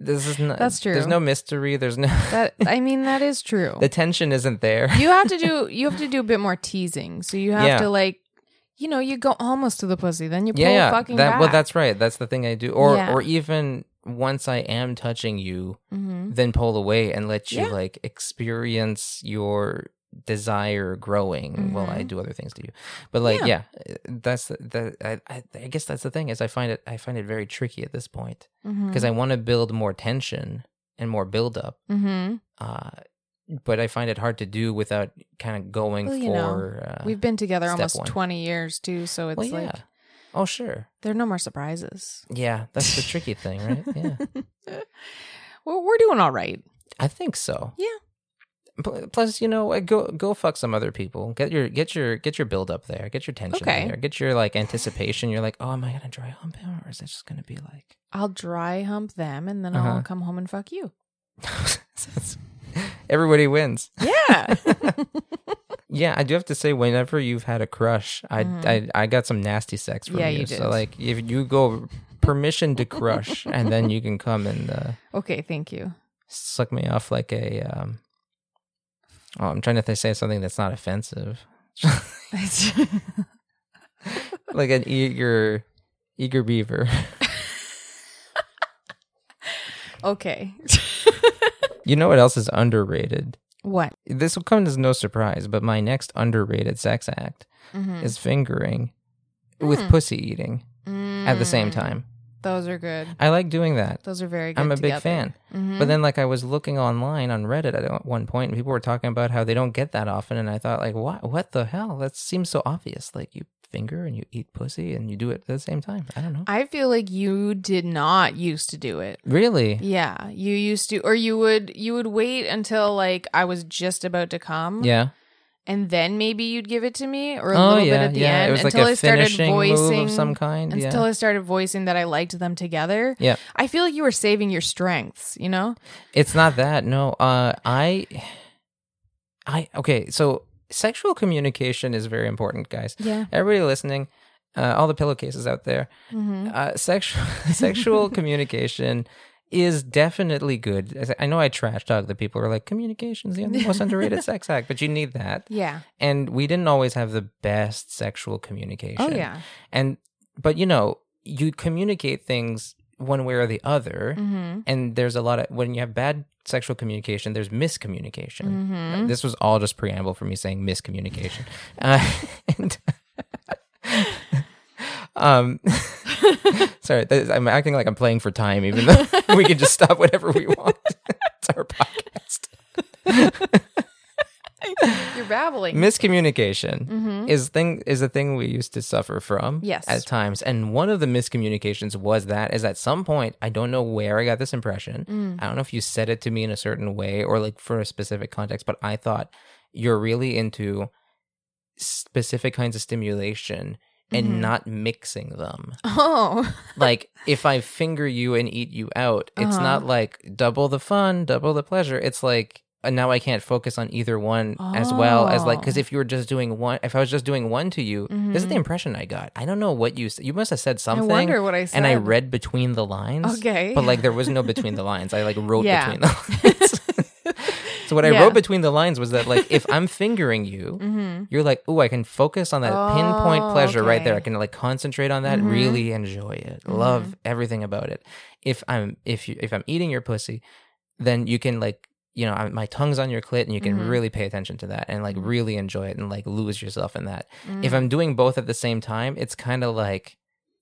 This is not. That's true. There's no mystery. There's no. that I mean that is true. (laughs) the tension isn't there. you have to do you have to do a bit more teasing. So you have Yeah. to like, you know, you go almost to the pussy, then you pull (laughs) yeah, yeah. fucking that, back. Well, that's right. That's the thing I do. Or Yeah. or even once I am touching you, Mhm. then pull away and let you Yeah. like experience your desire growing while I Mhm. do other things to you. But like, yeah, Yeah. that's the I, I, I guess that's the thing is I find it I find it very tricky at this point Mhm. because I want to build more tension and more build up, Mhm. uh, but I find it hard to do without kind of going Well, for. you know, uh, we've been together step almost one. twenty years too, so it's well, like yeah. Oh sure, there are no more surprises. yeah. That's the tricky thing, right? Yeah, Well, we're doing all right. I think so. Yeah. P- Plus, you know, uh, go go fuck some other people. Get your get your get your build up there. Get your tension Okay. there. Get your like anticipation. You're like, oh, am I gonna dry hump him, or is it just gonna be like? (laughs) I'll dry hump them and then Uh-huh. I'll come home and fuck you. Everybody wins. (laughs) Yeah. Yeah, I do have to say, whenever you've had a crush, I Mhm. I, I got some nasty sex from Yeah, you. you did. So like, if you go permission (laughs) to crush, and then you can come and uh, okay, thank you. (laughs) suck me off like a. Um, oh, I'm trying to th- say something that's not offensive, like an eager, eager beaver. (laughs) okay. you know what else is underrated? what? This will come as no surprise, but my next underrated sex act Mhm. is fingering with Mm. pussy eating at the same Mm. time. Those are good. I like doing that. Those are very good. Mm-hmm. I'm a big fan. But Hmm. then, like, I was looking online on Reddit at one point, and people were talking about how they don't get that often. And I thought, like, what? What the hell? That seems so obvious. Like, you finger and you eat pussy and you do it at the same time. I don't know. I feel like you did not used to do it. really? Yeah, you used to or you would you would wait until like I was just about to come. Yeah. and then maybe you'd give it to me or a oh, little yeah. bit at the yeah. end it was until like a I started finishing voicing move of some kind. Yeah. until I started voicing that I liked them together. Yeah. I feel like you were saving your strengths, you know? It's not that. No. Uh, I. I okay. So sexual communication is very important, guys. Yeah. Everybody listening, uh, all the pillowcases out there. Mm-hmm. uh, sexual (laughs) (laughs) sexual communication is definitely good. As I I know I trash talk that people are like communication's the (laughs) most underrated sex act, but you need that. Yeah. And we didn't always have the best sexual communication. Oh yeah. And but you know you communicate things one way or the other. Mm-hmm. And there's a lot of when you have bad sexual communication, there's miscommunication. (laughs) Mhm. This was all just preamble for me saying miscommunication. Uh, (laughs) and um, (laughs) sorry, that is- I'm acting like I'm playing for time, even though we can just stop whenever we want. (laughs) it's our podcast. You're babbling. Miscommunication mm-hmm. is thing is a thing we used to suffer from Yes. at times and one of the miscommunications was that is at some point i don't know where i got this impression Mm. i don't know if you said it to me in a certain way or like for a specific context but i thought you're really into specific kinds of stimulation and Mhm. not mixing them (laughs) Oh. like if i finger you and eat you out it's Uh-huh. not like double the fun double the pleasure it's like and now i can't focus on either one as well as like because Oh. if you were just doing one if i was just doing one to you this is the Mhm. impression i got i don't know what you s- you must have said something I wonder what I said. and i read between the lines Okay. but like there was no between the lines i like wrote Yeah. between (laughs) the (laughs) lines so what i Yeah. wrote between the lines was that like if i'm fingering you mm-hmm. you're like, oh, I can focus on that pinpoint Oh, pleasure right there. I okay. Mm-hmm. can like concentrate on that, Mhm. really enjoy it, love everything about it. If I'm if you if I'm eating your pussy, then you can like you know I, my tongue's on your clit, and you can Mhm. really pay attention to that and like Mhm. really enjoy it and like lose yourself in that. Mm-hmm. If I'm doing both at the same time, it's kind of like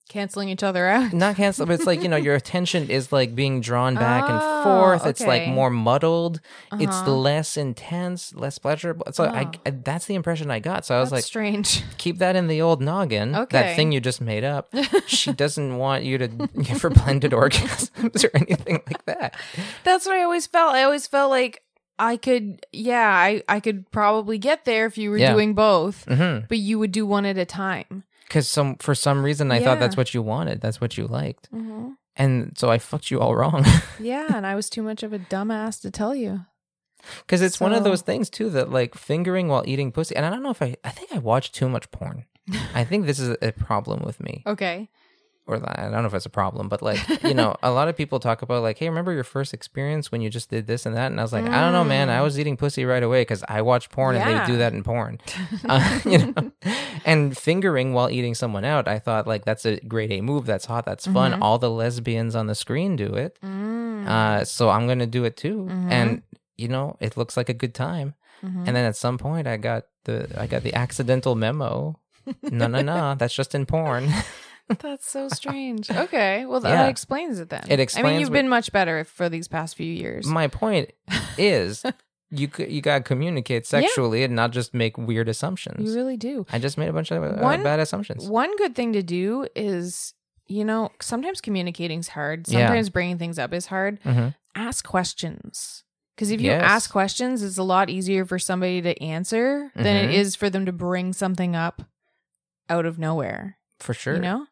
canceling each other out. not cancel, but it's like you know your attention is like being (laughs) drawn back and Oh, forth. It's like okay. more muddled. It's Uh-huh. less intense, less pleasurable. So I, Oh. that's the impression I got. So I was That's like, strange. keep that in the old noggin. That Okay. thing you just made (laughs) up. she doesn't want you to give her blended orgasms or anything like that. That's what I always felt. I always felt like I could, yeah, I, I could probably get there if you were Yeah. doing both, Because but you would do one at a time. Mm-hmm. some for some reason I thought Yeah. that's what you wanted. That's what you liked. And so I fucked you all wrong. (laughs) Yeah, and I was too much of a dumbass to tell you. Because it's one of So- those things too that like fingering while eating pussy. And I don't know if I I think I watch too much porn. I think this is a problem with me. Okay. or I don't know if it's a problem, but like, you know, a lot of people talk about like, hey, remember your first experience when you just did this and that? And I was like, I don't know, man. I was eating pussy right away because I watch porn and Mm. Yeah. they do that (laughs) in porn. Uh, (laughs) you know, and fingering while eating someone out, I thought like that's a great A move. That's hot. That's fun. Mm-hmm. All the lesbians on the screen do it. (laughs) Mm. Mm-hmm. Uh, so I'm going to do it too. And, you know, it looks like a good time. Mhm. And then at some point I got the, I got the accidental (laughs) memo. no, no, no. That's just in porn. That's so strange. Okay. Well, Yeah. that explains it then. It I explains mean, you've what- Mm. been much better if- for these past few years. My point (laughs) is, you c- you gotta communicate sexually and not just make weird assumptions. you really do. I just made a bunch of uh, One- bad assumptions. One good thing to do is, you know, sometimes communicating's hard. Yeah. Mm-hmm. Sometimes bringing things up is hard. Mhm. Ask questions. Because if you Yes. ask questions, it's a lot easier for somebody to answer than it Mhm. is for them to bring something up out of nowhere. for sure. You know?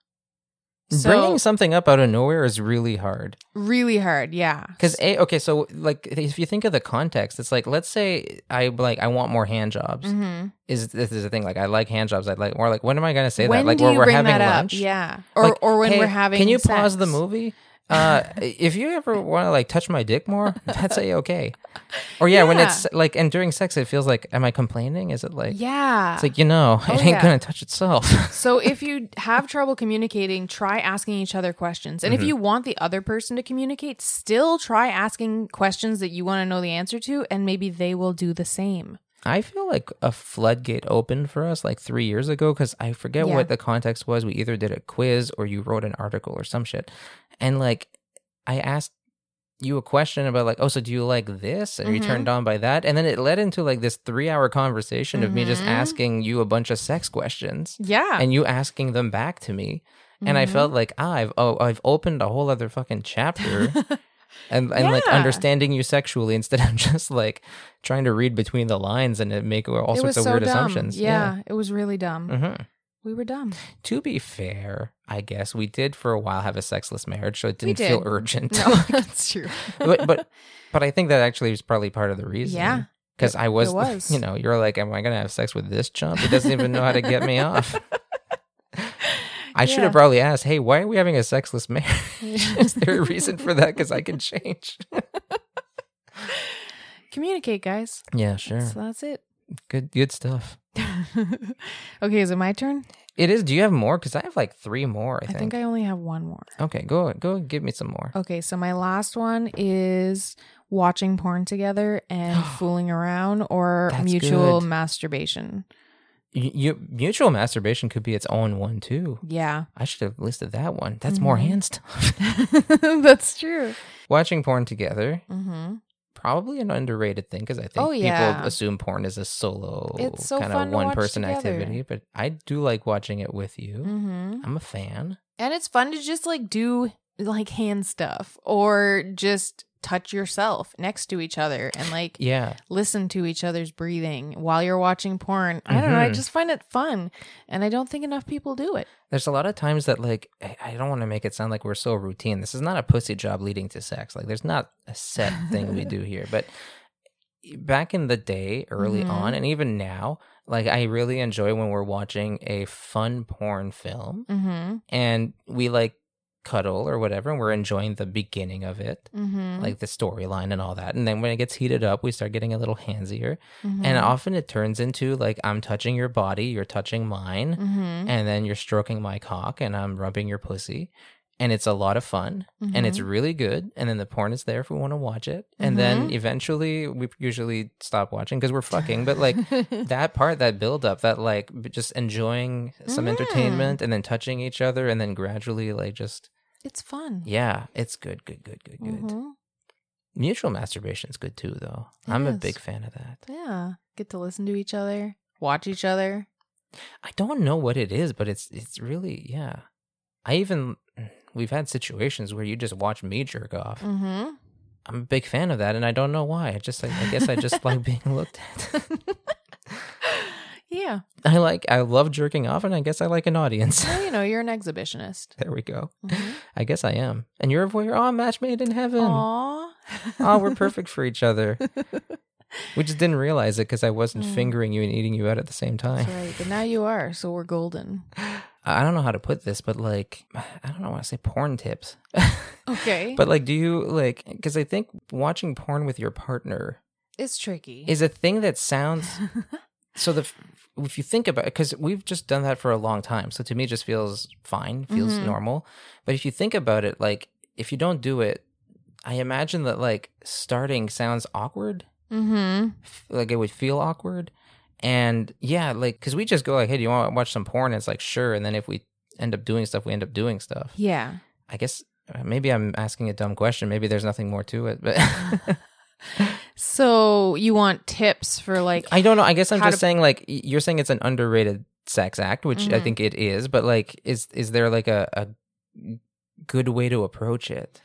Bringing So- something up out of nowhere is really hard. Really hard, yeah. Because a okay, so like if you think of the context, it's like let's say I like I want more hand jobs. Mhm. Is this is the thing? Like I like hand jobs. I like more. Like when am I gonna say when that? Like do where you we're bring having that lunch. up? Yeah. Or Like, or when "Hey, we're having Can you pause the sex. movie? Uh, (laughs) if you ever want to like touch my dick (laughs) more, that's a okay. Or yeah, when Yeah. it's like and during sex, it feels like am I complaining? Is it like yeah. it's like (laughs) you know it Oh, ain't yeah. gonna touch itself. (laughs) So if you have trouble communicating, try asking each other questions. Mm-hmm. And if you want the other person to communicate, still try asking questions that you want to know the answer to and maybe they will do the same. I feel like a floodgate opened for us like three years ago because I forget Yeah. what the context was. We either did a quiz or you wrote an article or some shit. And like, I asked you a question about like, oh, so do you like this? And you Mhm. turned on by that. And then it led into like this three hour conversation of me just Mhm. asking you a bunch of sex questions Yeah. and you asking them back to me. And I Mhm. felt like ah, I've oh I've opened a whole other fucking (laughs) chapter, and and like Yeah. understanding you sexually (laughs) instead of just like trying to read between the lines and it make uh, all it was sorts of so weird dumb. assumptions. Yeah, it was really dumb. Mhm. We were (laughs) dumb. To be fair, I guess we did for a while have a sexless marriage, so it We didn't feel did. urgent. (laughs) No, that's (laughs) true. but, but but I think that actually was probably part of the reason. Yeah. Because I was, it was. (laughs) you know, you're like, am I gonna have sex with this chump? He doesn't even know how to get me (laughs) off. I should Yeah. have probably asked, hey, why are we having a sexless marriage? (laughs) Is there a reason for that? Because I can change. Communicate, guys. Yeah, sure. So that's it. (laughs) Good, good stuff. okay, is it my turn? It is. Do you have more? Because I have like three more. I I think. think I Oh. only have one more. okay, go go give me some more. Okay, so my last one is watching porn together (gasps) and fooling around or That's mutual good. masturbation. You, you mutual masturbation could be its own one too. (laughs) Yeah. I should have listed that one. That's more Mhm. hand stuff. (laughs) That's true. Watching porn together, hmm probably an underrated thing because I think Oh, yeah. people assume porn is a solo It's so kind fun of to watch one person together. activity, but I do like watching it with you. hmm I'm a fan. And it's fun to just like do like hand stuff or just touch yourself next to each other and like Yeah. listen to each other's breathing while you're watching porn. I don't know. I Mhm. just find it fun. And I don't think enough people do it. There's a lot of times that like I I don't want to make it sound like we're so routine. This is not a pussy job leading to sex. Like there's not a set thing we do here, but e, back in the day early Mhm. on and even now, like I really enjoy when we're watching a fun porn film Mm and we like cuddle or whatever and we're enjoying the beginning of it. hmm. Mm hmm. like the storyline and all that. And then when it gets heated up, we start getting a little handsier. mm-hmm, And often it turns into like I'm touching your body, you're touching mine, Mm-hmm. and then you're stroking my cock and I'm rubbing your pussy. And it's a lot of fun mm-hmm. and it's really good. And then the porn is there if we want to watch it. And then eventually we usually stop watching because we're fucking. But like that part, that build up, that like b- just enjoying some Mm. entertainment and then touching each other and then gradually like just, (laughs) it's fun. yeah, it's good, good, good, good, good. Mhm. Mutual masturbation's good too, though. It I'm is. a big fan of that. Yeah. Get to listen to each other, watch each other. I don't know what it is, but it's it's really yeah. I even we've had situations where you just watch me jerk off. Mm-hmm. (laughs) I'm a big fan of that, and I don't know why. I just like I guess I (laughs) just like being looked at. yeah. I like I love jerking off, and I guess I like an audience. (laughs) Well, you know, you're an exhibitionist. there we go. (laughs) Mhm. I guess I am, and you're a voyeur. Oh, match made in heaven. Aw. Oh, we're perfect for (laughs) each other. We just didn't realize it because I wasn't Mm. fingering you and eating you out at the same time. (laughs) That's right. But now you are, so we're golden. I don't know how to put this, but like, (sighs) I don't know why I say porn tips. (laughs) Okay. but like, do you like, because I think watching porn with your partner it's tricky. is a thing that sounds so the, f- if you think about it, because we've just done that for a long time. So to me, it just feels fine, feels Mhm. normal. But if you think about it, like, if you don't do it, I imagine that like starting sounds awkward. mm-hmm. F- Like, it would feel awkward. And yeah, like, because we just go, like, hey, do you want to watch some porn? it's like, sure. And then if we, end up doing stuff we end up doing stuff Yeah. I guess uh, maybe I'm asking a dumb question. Maybe there's nothing more to (laughs) it, but (laughs) So you want tips for like I don't know. I guess I'm How just to- saying like y- you're saying it's an underrated sex act, which I Mhm. think it is. But like, is is there like a, a good way to approach it?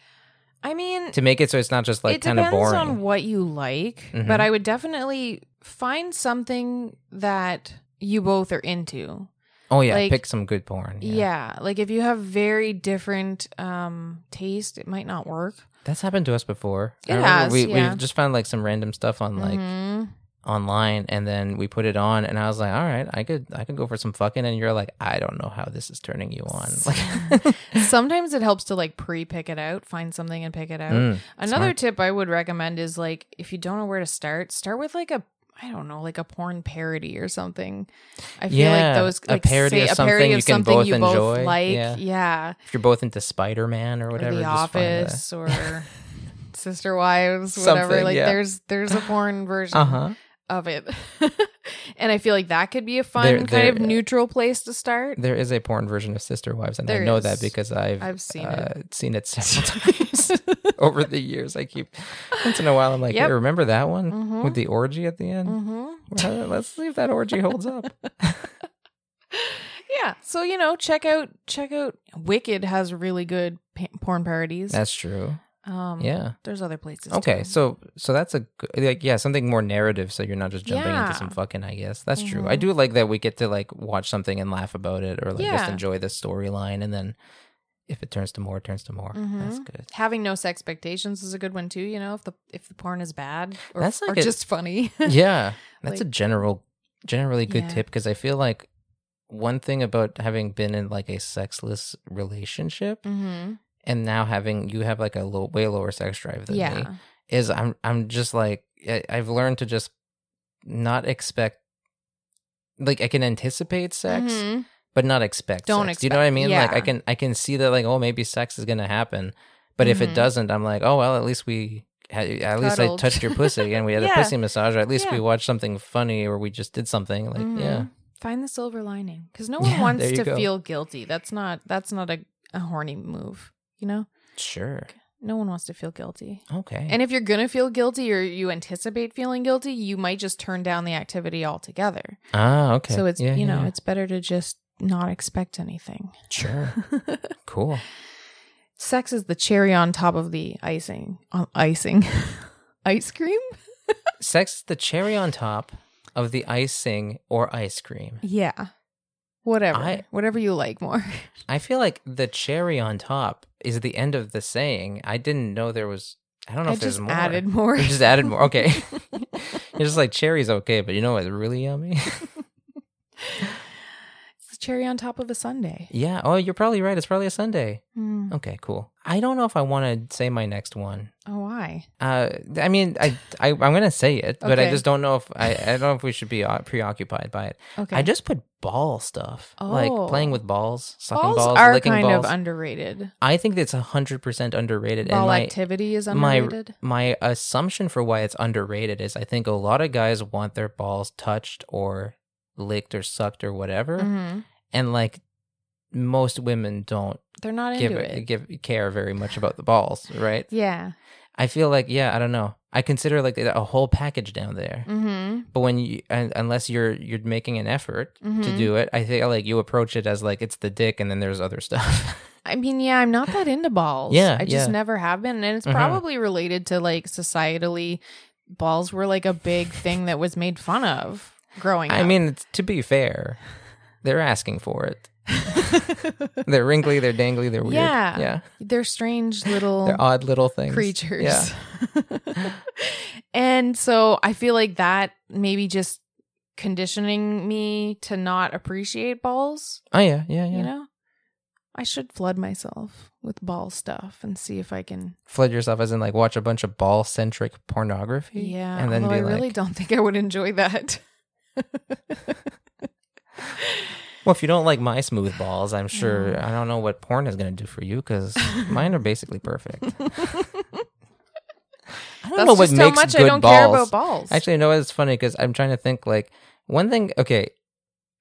I mean, to make it so it's not just like it kind of depends boring. on what you like, Mhm. but I would definitely find something that you both are into. oh yeah, like- pick some good porn. Yeah. like if you have very different um taste, it might not work. That's happened to us before. It remember has, we yeah. we just found like some random stuff on like Mhm. online and then we put it on and I was like, "All right, I could I could go for some fucking." And you're like, "I don't know how this is turning you on." (laughs) Like (laughs) sometimes it helps to like pre-pick it out, find something and pick it out. Mm, Another smart. tip I would recommend is like if you don't know where to start, start with like a I don't know, like a porn parody or something. I feel Yeah, like those a like parody say- of a parody of something you can something both you both enjoy. like. Yeah. yeah. if you're both into Spider-Man or whatever, the just find a- office (laughs) or sister wives whatever Something, like yeah. there's there's a (laughs) porn version Uh-huh. of it (laughs) and i feel like that could be a fun There- kind there- uh, of neutral place to start There is a porn version of Sister Wives, and There I know is. that because I've I've seen uh, (laughs) seen it several (laughs) times over the years. I keep once in a while I'm like, Yep. hey, remember that one Mhm. with the orgy at the end? hmm Well, Let's see if that orgy holds up. (laughs) yeah so you know check out check out wicked has really good pa- porn parodies That's true. um yeah. there's other places Okay, too. so so that's a good, like yeah something more narrative, so you're not just jumping Yeah. into some fucking. I guess that's true. I Mhm. do like that we get to like watch something and laugh about it, or like just Yeah. enjoy the storyline, and then if it turns to more, it turns to more. That's Mhm. good. having no sex expectations is a good one too you know if the if the porn is bad or, That's like or a- just (laughs) funny (laughs) yeah that's a Like- general generally good Yeah. tip because i feel like one thing about having been in like a sexless relationship hmm and now having you have like a low, way lower sex drive than me yeah is i'm i'm just like I, i've learned to just not expect like i can anticipate sex Mhm. but not expect Don't sex. Do you know what I expect- mean? Like I yeah. can I can see that like oh maybe sex is gonna happen, but if it Mhm. doesn't, I'm like oh well at least we ha- at least I Cuddled. touched your pussy and (laughs) we had Yeah. a pussy massage. Or at least Yeah. we watched something funny or we just did something like Mhm. yeah Find the silver lining because (laughs) no one Yeah, wants there you to go. feel guilty. That's not that's not a, a horny move. You know, sure no one wants to feel guilty. okay And if you're gonna feel guilty or you anticipate feeling guilty, you might just turn down the activity altogether. ah okay So it's Yeah, you yeah, know yeah. it's better to just not expect anything. (laughs) sure cool Sex is the cherry on top of the icing on icing, (laughs) ice cream. sex is the cherry on top of the icing or ice cream. Yeah, whatever, I- whatever you like more. I feel like the cherry on top is the end of the saying. I didn't know there was. I don't know I if there's just more. added more. You just added more. Okay. (laughs) You're just like cherry's okay, but you know what's really yummy? (laughs) (laughs) It's the cherry on top of a sundae. yeah. Oh, you're probably right. It's probably a Sunday. Mm. Okay, cool. I don't know if I want to say my next one. Oh, why? Uh, I mean, I, I I'm gonna say it, but I Okay. just don't know if I, I don't know if we should be uh, preoccupied by it. Okay. I just put ball stuff, like Oh. playing with balls, sucking balls, balls, are licking kind balls. of underrated. I think that's hundred percent underrated. Ball and my, activity is my underrated. my assumption for why it's underrated is I think a lot of guys want their balls touched or licked or sucked or whatever, Mhm. and like most women don't They're not give into it. it, give care very much about the balls, right? Yeah. I feel like yeah, I don't know. I consider like a whole package down there, Mm-hmm. but when you un unless you're you're making an effort to Mhm. do it, I think like you approach it as like it's the dick, and then there's other stuff. (laughs) I mean, yeah, I'm not that into balls. Yeah, I just yeah. never have been, and it's Mhm. probably related to like societally, balls were like a big thing that was made fun of growing up. I mean, it's, to be fair, they're asking for it. they're wrinkly, they're dangly, they're weird. Yeah. yeah. (laughs) they're strange little They're odd little things. creatures. Yeah. (laughs) and so I feel like that maybe just conditioning me to not appreciate balls Oh yeah, yeah, yeah. you know i should flood myself with ball stuff and see if i can Flood yourself as in like watch a bunch of ball centric pornography. yeah And then although be i like really don't think i would enjoy that Well, if you don't like my smooth balls, I'm sure I don't know what porn is gonna do for (laughs) you because mine are basically perfect. I don't that's know what just how makes much good i don't balls. care about balls Actually, you know what? It's funny because I'm trying to think like one thing. Okay,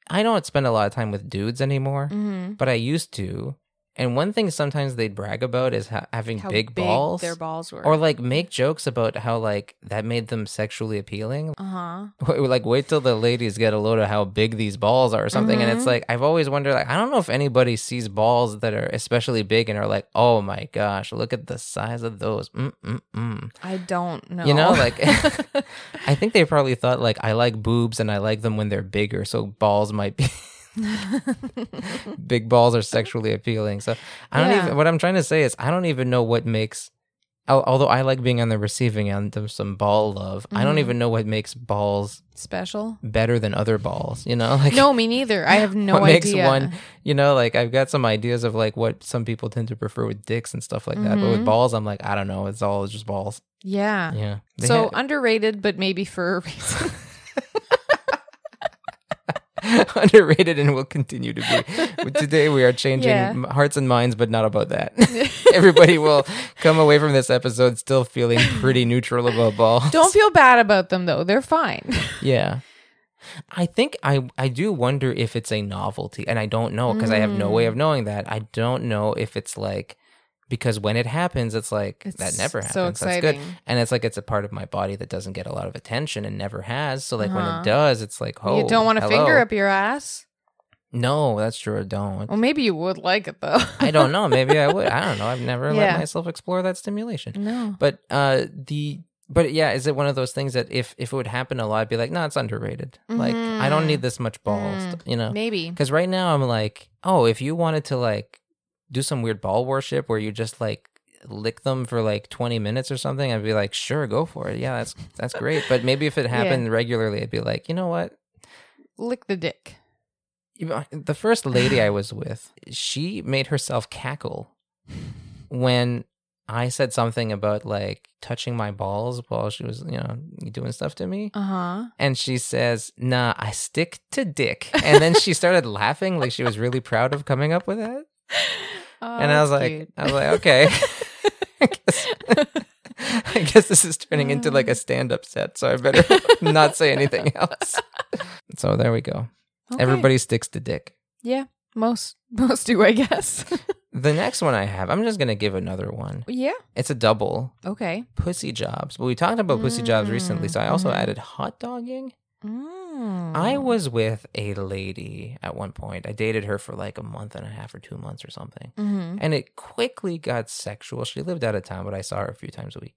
I don't spend a lot of time with dudes anymore, mm-hmm. but I used to. And one thing sometimes they'd brag about is ha- having How big, balls, Their balls were. or like make jokes about how like that made them sexually appealing. uh huh. Like wait till the ladies get a load of how big these balls are or something. And it's Mhm. like I've always wondered. Like I don't know if anybody sees balls that are especially big and are like, oh my gosh, look at the size of those. Mm mm mm. I don't know. You know, like- (laughs) I think they probably thought like I like boobs and I like them when they're bigger, so balls might be (laughs) big balls are sexually appealing. So I don't Yeah. even. What I'm trying to say is I don't even know what makes. al- Although I like being on the receiving end of some ball love, I don't Mhm. even know what makes balls (laughs) special. better than other balls. You know, (laughs) like No, me neither. I (laughs) have no what idea. makes one. You know, like I've got some ideas of like what some people tend to prefer with dicks and stuff like that, but with Mhm. balls, I'm like I don't know. It's all just balls. Yeah. Yeah. They so had- underrated, but maybe for a reason. (laughs) underrated and will continue to be. But (laughs) Today we are changing Yeah. m hearts and minds, but not about (laughs) that. (laughs) Everybody will come away from this episode still feeling pretty neutral about balls. Don't feel bad about them though. They're fine. yeah. I think I I do wonder if it's a novelty, and I don't know because I have no Mm. way of knowing that. I don't know if it's like because when it happens, it's like that It's never happens. so That's good, exciting. and it's like it's a part of my body that doesn't get a lot of attention and never has. So like when Uh-huh. it does, it's like oh, you don't want a hello. finger Oh, up your ass. No, that's true. I don't. Well, maybe you would like it though. I don't know. Maybe I would. I don't know. (laughs) I've never let Yeah. myself explore that stimulation. (laughs) No. But uh the but yeah, is it one of those things that if if it would happen a lot, I'd be like, no, it's underrated. Like I don't Mhm. need this much balls, Mm. you know? Maybe. Because right now I'm like, oh, if you wanted to like do some weird ball worship where you just like lick them for like 20 minutes or something, I'd be like, sure, go for it. Yeah, that's that's great. But maybe if it (laughs) Yeah. happened regularly, I'd be like, you know what? Lick the dick. You know, the first lady I was with, she made herself cackle when I said something about like touching my balls while she was, you know, doing stuff to me. Uh huh. And she says, "Nah, I stick to dick." And then she started laughing like she was really proud of coming up with that. Oh, and I was like, I was like, okay. (laughs) I guess- I guess this is turning into like a stand-up set, so I better (laughs) not say anything else. So there we go. Everybody sticks to dick. Yeah. Most (laughs) most do, I (laughs) guess. The next one I have, I'm just gonna give another one. yeah. It's a double Okay. pussy jobs. But we talked about pussy jobs recently, so I also Mm, mhm. added hot dogging. Mm. I was with a lady at one point. I dated her for like a month and a half or two months or something, Mm-hmm. and it quickly got sexual. She lived out of town, but I saw her a few times a week,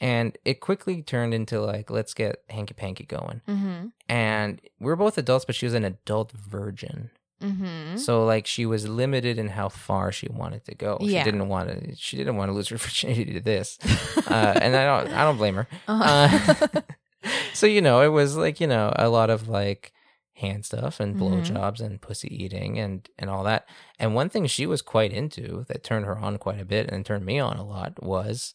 and it quickly turned into like let's get hanky panky going. Mm-hmm. And we were both adults, but she was an adult virgin. Mm-hmm. So like she was limited in how far she wanted to go. She Yeah. didn't want to. She didn't want to lose her (laughs) virginity to this. Uh, and I don't. I don't blame her. (laughs) Uh-huh. Uh, (laughs) so you know, it was like you know a lot of like hand stuff and Mhm. blowjobs and pussy eating and and all that. And one thing she was quite into that turned her on quite a bit and turned me on a lot was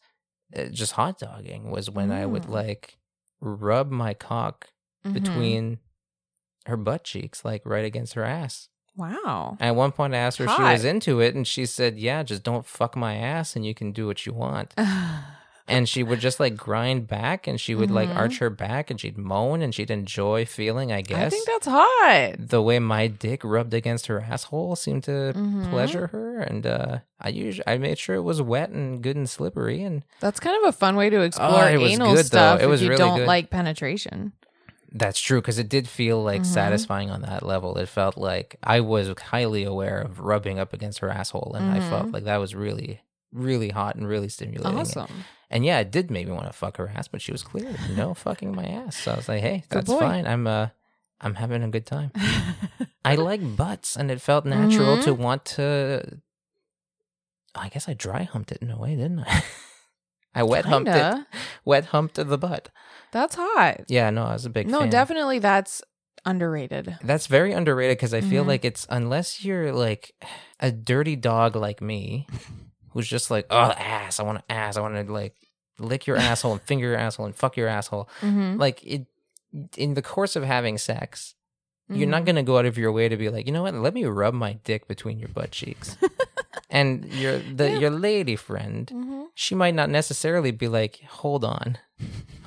uh, just hot dogging. Was when I would Mm. like rub my cock Mhm. between her butt cheeks, like right against her ass. Wow. (sighs) At one point, I asked her if she Hot. was into it, and she said, "Yeah, just don't fuck my ass, and you can do what you want." And she would just like grind back, and she would like Mhm. arch her back, and she'd moan, and she'd enjoy feeling. I I guess think that's hot. the way my dick rubbed against her asshole seemed to Mhm. pleasure her, and uh, I usually I made sure it was wet and good and slippery, and That's kind of a fun way to explore Oh, it was anal good, though. stuff It was if you really don't good. like penetration. that's true because it did feel like Mhm. satisfying on that level. It felt like I was highly aware of rubbing up against her asshole, and I felt Mhm. like that was really. Really hot and really stimulating. Awesome. (laughs) And yeah, it did make me want to fuck her ass, but she was clear, no fucking my ass. So I was like, hey, Good that's boy. fine. I'm uh I'm having a good time. I like butts and it felt natural Mhm. to want to I guess I dry humped it in a way, didn't I? (laughs) I wet (laughs) humped it. Kinda. Wet humped the butt. That's hot. Yeah, no, I was a big No, fan. definitely that's underrated. That's very underrated because I feel Mhm. like it's unless you're like a dirty dog like me, who's just like, oh ass, I want to ass, I want to like lick (laughs) your asshole and finger your asshole and fuck your asshole. Mm-hmm. like it in the course of having sex you're Mm-hmm. not going to go out of your way to be like you know what let me rub my dick between your butt (laughs) cheeks and your the Yeah. your lady friend Mm-hmm. she might not necessarily be like hold on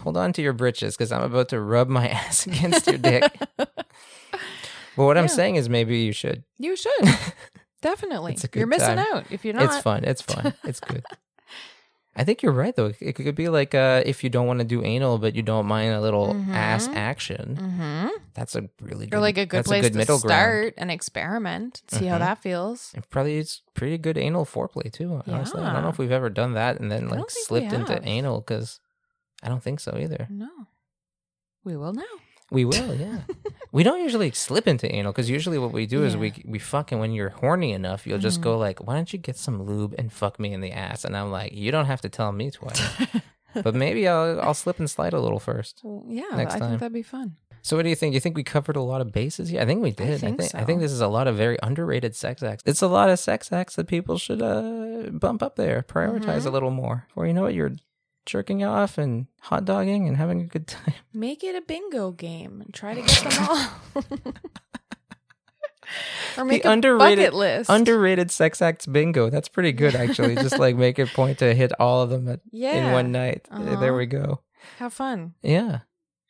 hold on to your britches because i'm about to rub my (laughs) ass against your dick but what i'm Yeah. (laughs) saying is maybe you should You should. Definitely. It's a good You're missing time. out if you're not. It's fun. It's fun. (laughs) It's good. I think you're right though. It could be like uh, if you don't want to do anal, but you don't mind a little ass Mhm. action. Mm-hmm. That's a really good. Or like a good that's place good middle to start and experiment, see how Mhm. that feels. Ground. It probably is pretty good anal foreplay too. Honestly, I don't Yeah. know if we've ever done that and I then don't like think we slipped into have. Mm. anal because I don't think so either. No, we will now. (laughs) We (laughs) will, yeah. we don't usually slip into anal because usually what we do is Yeah. we we fuck and when you're horny enough, you'll just Mhm. go like, "Why don't you get some lube and fuck me in the ass?" And I'm like, "You don't have to tell me twice." (laughs) but maybe I'll I'll slip and slide a little first. Well, yeah, Next I time. think that'd be fun. So what do you think? You think we covered a lot of bases here? I think we did. I think think I think, so. this is a lot of very underrated sex acts. It's a lot of sex acts that people should uh, bump up there, prioritize Mm-hmm. a little more. Or you know what, you're jerking off and hot dogging and having a good time. Make it a bingo game and try to get them (laughs) all. or make a underrated- bucket list. (laughs) Underrated sex acts bingo. That's pretty good actually. Just like make a point to hit all of them at, yeah. in one night. Uh, Uh-huh. There we go. Have fun. Yeah.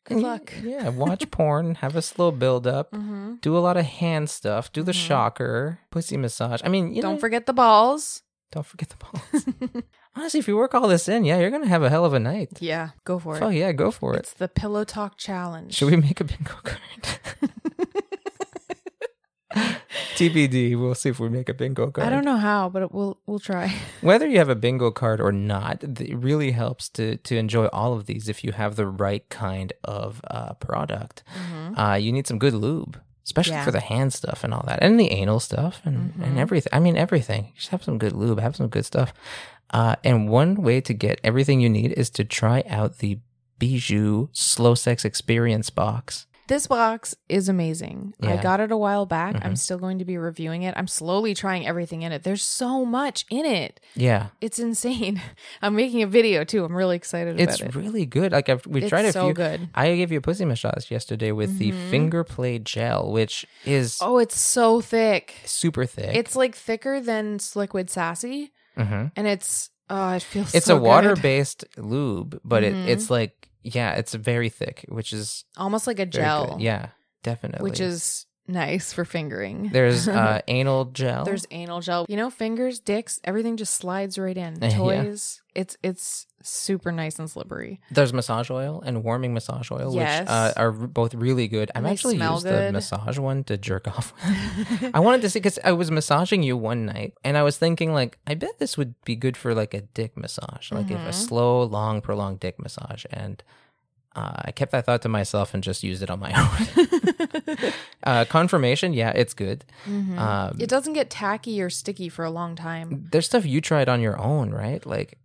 Good luck. (laughs) Yeah, (laughs) watch porn, have a slow build up, Mhm. do a lot of hand stuff, do the Mhm. shocker, pussy massage. I mean, you Don't know, forget the (laughs) balls. (laughs) Don't forget the balls. Honestly, if you work all this in, yeah, you're gonna have a hell of a night. Yeah, go for it. Fuck yeah, go for it. It's the pillow talk challenge. Should we make a bingo (laughs) card? TBD. We'll see if we make a bingo (laughs) card. I don't know how, but it, we'll we'll try. Whether you have a bingo card or not, th- it really helps to to enjoy all of these if you have the right kind of uh, product. Uh, you need some good lube, Mm-hmm. especially Yeah. Mm-hmm. for the hand stuff and all that, and the anal stuff and, and everything. I mean, everything. Just have some good lube, have some good stuff. Uh, and one way to get everything you need is to try out the Bijou Slow Sex Experience box. This box is amazing. I Yeah. Mm-hmm. got it a while back. I'm still going to be reviewing it. I'm slowly trying everything in it. There's so much in it. Yeah. It's insane. (laughs) I'm making a video too. I'm really excited It's about it. really good. Like I've, we've It's tried a so few. good. Mm-hmm. I gave you a pussy massage yesterday with the finger play gel, which is Oh, it's so thick. super thick. It's like thicker than Liquid Sassy, Mhm. and it's oh, it feels. it's so a water good. based lube, but Mhm. it, it's like yeah, it's very thick, which is almost like a very gel. Good. Yeah, definitely. which is nice for fingering. (laughs) there's uh, anal gel. There's anal gel. You know, fingers, dicks, everything just slides right in. (laughs) Yeah. Toys. It's it's super nice and slippery. there's massage oil and warming massage oil, Yes. which uh, are r- both really good. And I've they actually smell used the good. massage one to jerk off. (laughs) with. (laughs) I wanted to see because I was massaging you one night, and I was thinking like, I bet this would be good for like a dick massage, like if a Mhm. slow, long, prolonged dick massage, and. Uh, I kept that thought to myself and just used it on my (laughs) (laughs) own. uh, confirmation, yeah, it's good. Mhm. Um, it doesn't get tacky or sticky for a long time. there's stuff you tried on your own, right? Like,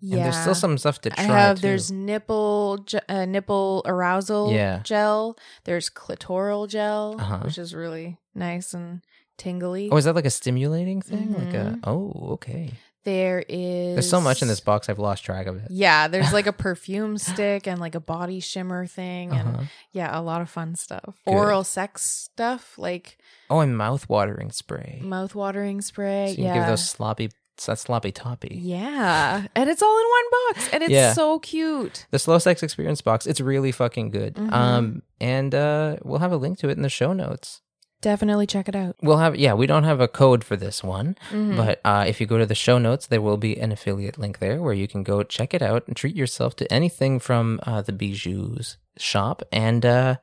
Yeah. and there's still some stuff to try. I have too. there's nipple ge- uh, nipple arousal Yeah. gel. There's clitoral gel, Uh-huh. which is really nice and tingly. Oh, is that like a stimulating thing? Like a Mhm. oh, okay. there is There's so much in this box, I've lost track of it. Yeah, (laughs) there's like a perfume stick and like a body shimmer thing and Uh-huh. yeah, a lot of fun stuff. Good. Oral sex stuff like Oh, and mouth watering spray. mouth watering spray. so you yeah. can give those sloppy, that sloppy toppy. yeah. And it's all in one box and it's Yeah. so cute. The slow sex experience box. It's really fucking good. Mhm. Um, and uh, we'll have a link to it in the show notes. Definitely check it out. We'll have yeah. We don't have a code for this one, Mhm. but uh, if you go to the show notes, there will be an affiliate link there where you can go check it out and treat yourself to anything from uh, the Bijou's shop, and uh,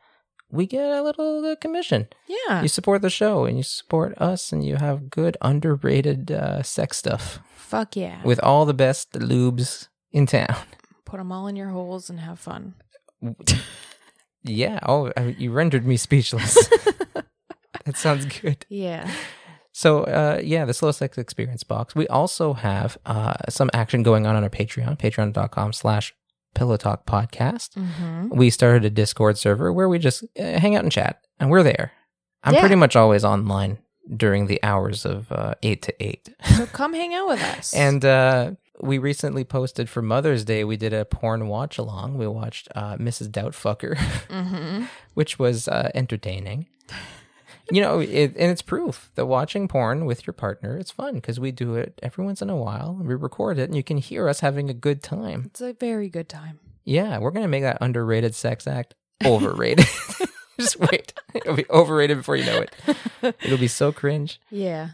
we get a little uh, commission. Yeah. you support the show and you support us and you have good underrated uh, sex stuff Fuck yeah. with all the best lubes in town Put them all in your holes and have fun. yeah oh I- you rendered me speechless that sounds good Yeah. so uh, yeah the slow sex experience box we also have uh, some action going on on our patreon patreon.com slash pillow talk podcast Mhm. we started a discord server where we just uh, hang out and chat and we're there i'm Yeah. pretty much always online during the hours of uh, 8 to 8 So come hang out with us. And uh, we recently posted for Mother's Day. We did a porn watch along. We watched uh, Mrs. Doubtfucker, Mhm. which was uh, entertaining. You know, it, and it's proof that watching porn with your partner is fun because we do it every once in a while. We record it, and you can hear us having a good time. it's a very good time. Yeah, we're gonna make that underrated sex act overrated. (laughs) Just wait, it'll be overrated before you know it. It'll be so cringe. Yeah.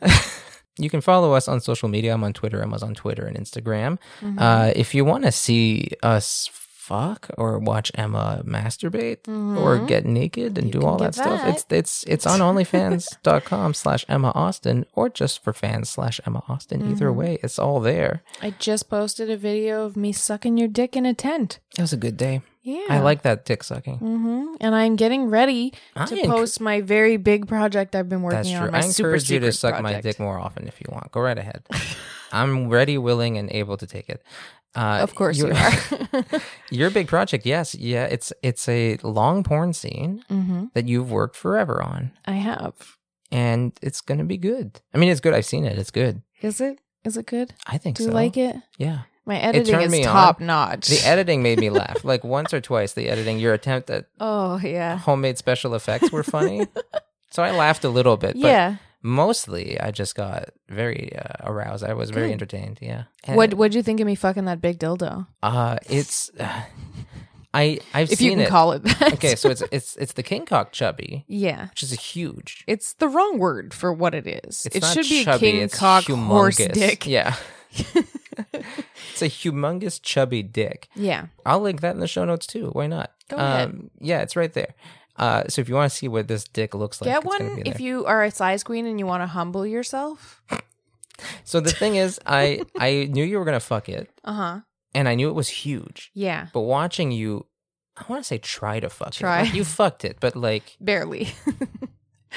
you can follow us on social media. I'm on Twitter. I'm on Twitter and Instagram. Mm-hmm. Uh, if you want to see us fuck or watch Emma masturbate or Mhm. get naked and You do can all do that, stuff, that. it's it's it's on (laughs) OnlyFans.com slash Emma Austin or just for fans slash Emma Austin. Either Mhm. way, it's all there. I just posted a video of me sucking your dick in a tent. It was a good day. Yeah. I like that dick sucking. hmm And I'm getting ready I to enc- post my very big project I've been working That's true. on. My I encourage super you to secret suck my project. dick more often if you want. Go right (laughs) ahead. I'm ready, willing, and able to take it. Uh, Of course you your- are. (laughs) your big project, yes, yeah. It's it's a long porn scene hmm that you've worked forever on, I have. and it's gonna be good. I mean, it's good. I've seen it. It's good. Is it? Is it good? I think Do so. you like it? Yeah. My turned editing me is on. top notch. The editing made me (laughs) laugh like once or twice. The editing, your attempt at oh yeah, homemade special effects were funny. so I laughed a little bit, (laughs) but yeah. mostly I just got very uh, aroused. I was very Good. entertained. Yeah. And, What What'd you think of me fucking that big dildo? Uh, it's (sighs) I I've If seen you can it. call it that. okay, so it's it's it's the king cock chubby, (laughs) yeah. which is a huge. It's the wrong word for what it is. It's it not should be chubby, a king it's cock horse humongous. dick. (laughs) Yeah. it's a humongous chubby dick. Yeah. I'll link that in the show notes too. Why not? Go Um, ahead. Yeah, it's right there. Uh, so if you want to see what this dick looks like, Get it's gonna one be if there. you are a size queen and you want to humble yourself. So the thing is, (laughs) I I knew you were gonna fuck it, Uh huh. and I knew it was huge. Yeah. But watching you, I want to say try to fuck Try. it. Like, you fucked it, but like Barely.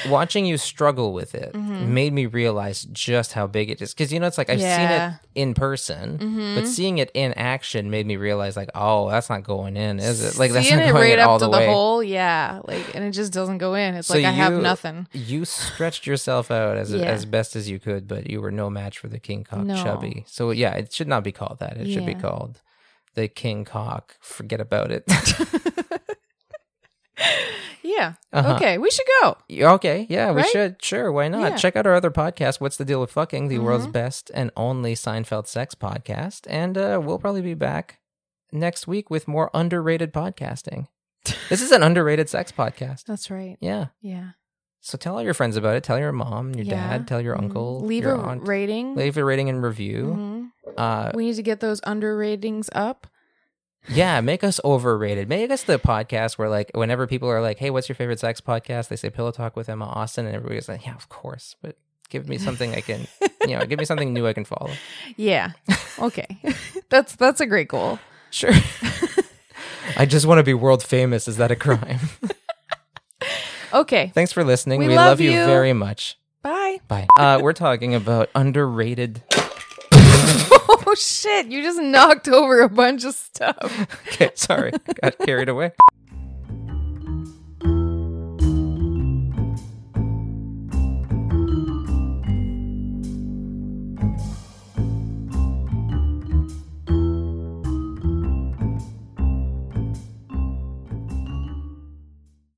watching you struggle with it Mhm. made me realize just how big it is. Because you know, it's like I've Yeah. seen it in person, Mhm. but seeing it in action made me realize like, oh, that's not going in, is it? Like that's Seeing not it going right in up all to the way. hole. Yeah. Like, and it just doesn't go in. It's So like I have you- nothing. you stretched yourself out as Yeah. as best as you could, but you were no match for the king cock No. chubby. So yeah, it should not be called that. It should be Yeah. called the king cock. Forget (laughs) about it. (laughs) Yeah. Uh-huh. Okay. We should go. Yeah, okay, yeah, we Right? should. Sure, why not? Yeah. Mm-hmm. Check out our other podcast, What's the Deal with Fucking, the world's best and only Seinfeld sex podcast, and uh, we'll probably be back next week with more underrated podcasting. (laughs) this is an underrated sex podcast. That's right. Yeah. Yeah. So tell all your friends about it. Tell your mom, your Yeah. dad, tell your Mhm. uncle, Leave your a aunt. rating. leave a rating and review. Mhm. Uh, We need to get those under ratings up. yeah, make us overrated. Make us the podcast where, like, whenever people are like, "Hey, what's your favorite sex podcast?" They say "Pillow Talk with Emma Austin," and everybody's like, "Yeah, of course." But give me something I can, you know, give me something new I can follow. Yeah. (laughs) Okay. that's that's a great goal. (laughs) Sure. (laughs) I just want to be world famous. Is that a crime? (laughs) Okay. Thanks for listening. We We, love love, you you. very much. (laughs) Bye. (laughs) Bye. Uh, we're talking about underrated. (laughs) Oh shit, you just knocked over a bunch of stuff. Okay, sorry, got carried away.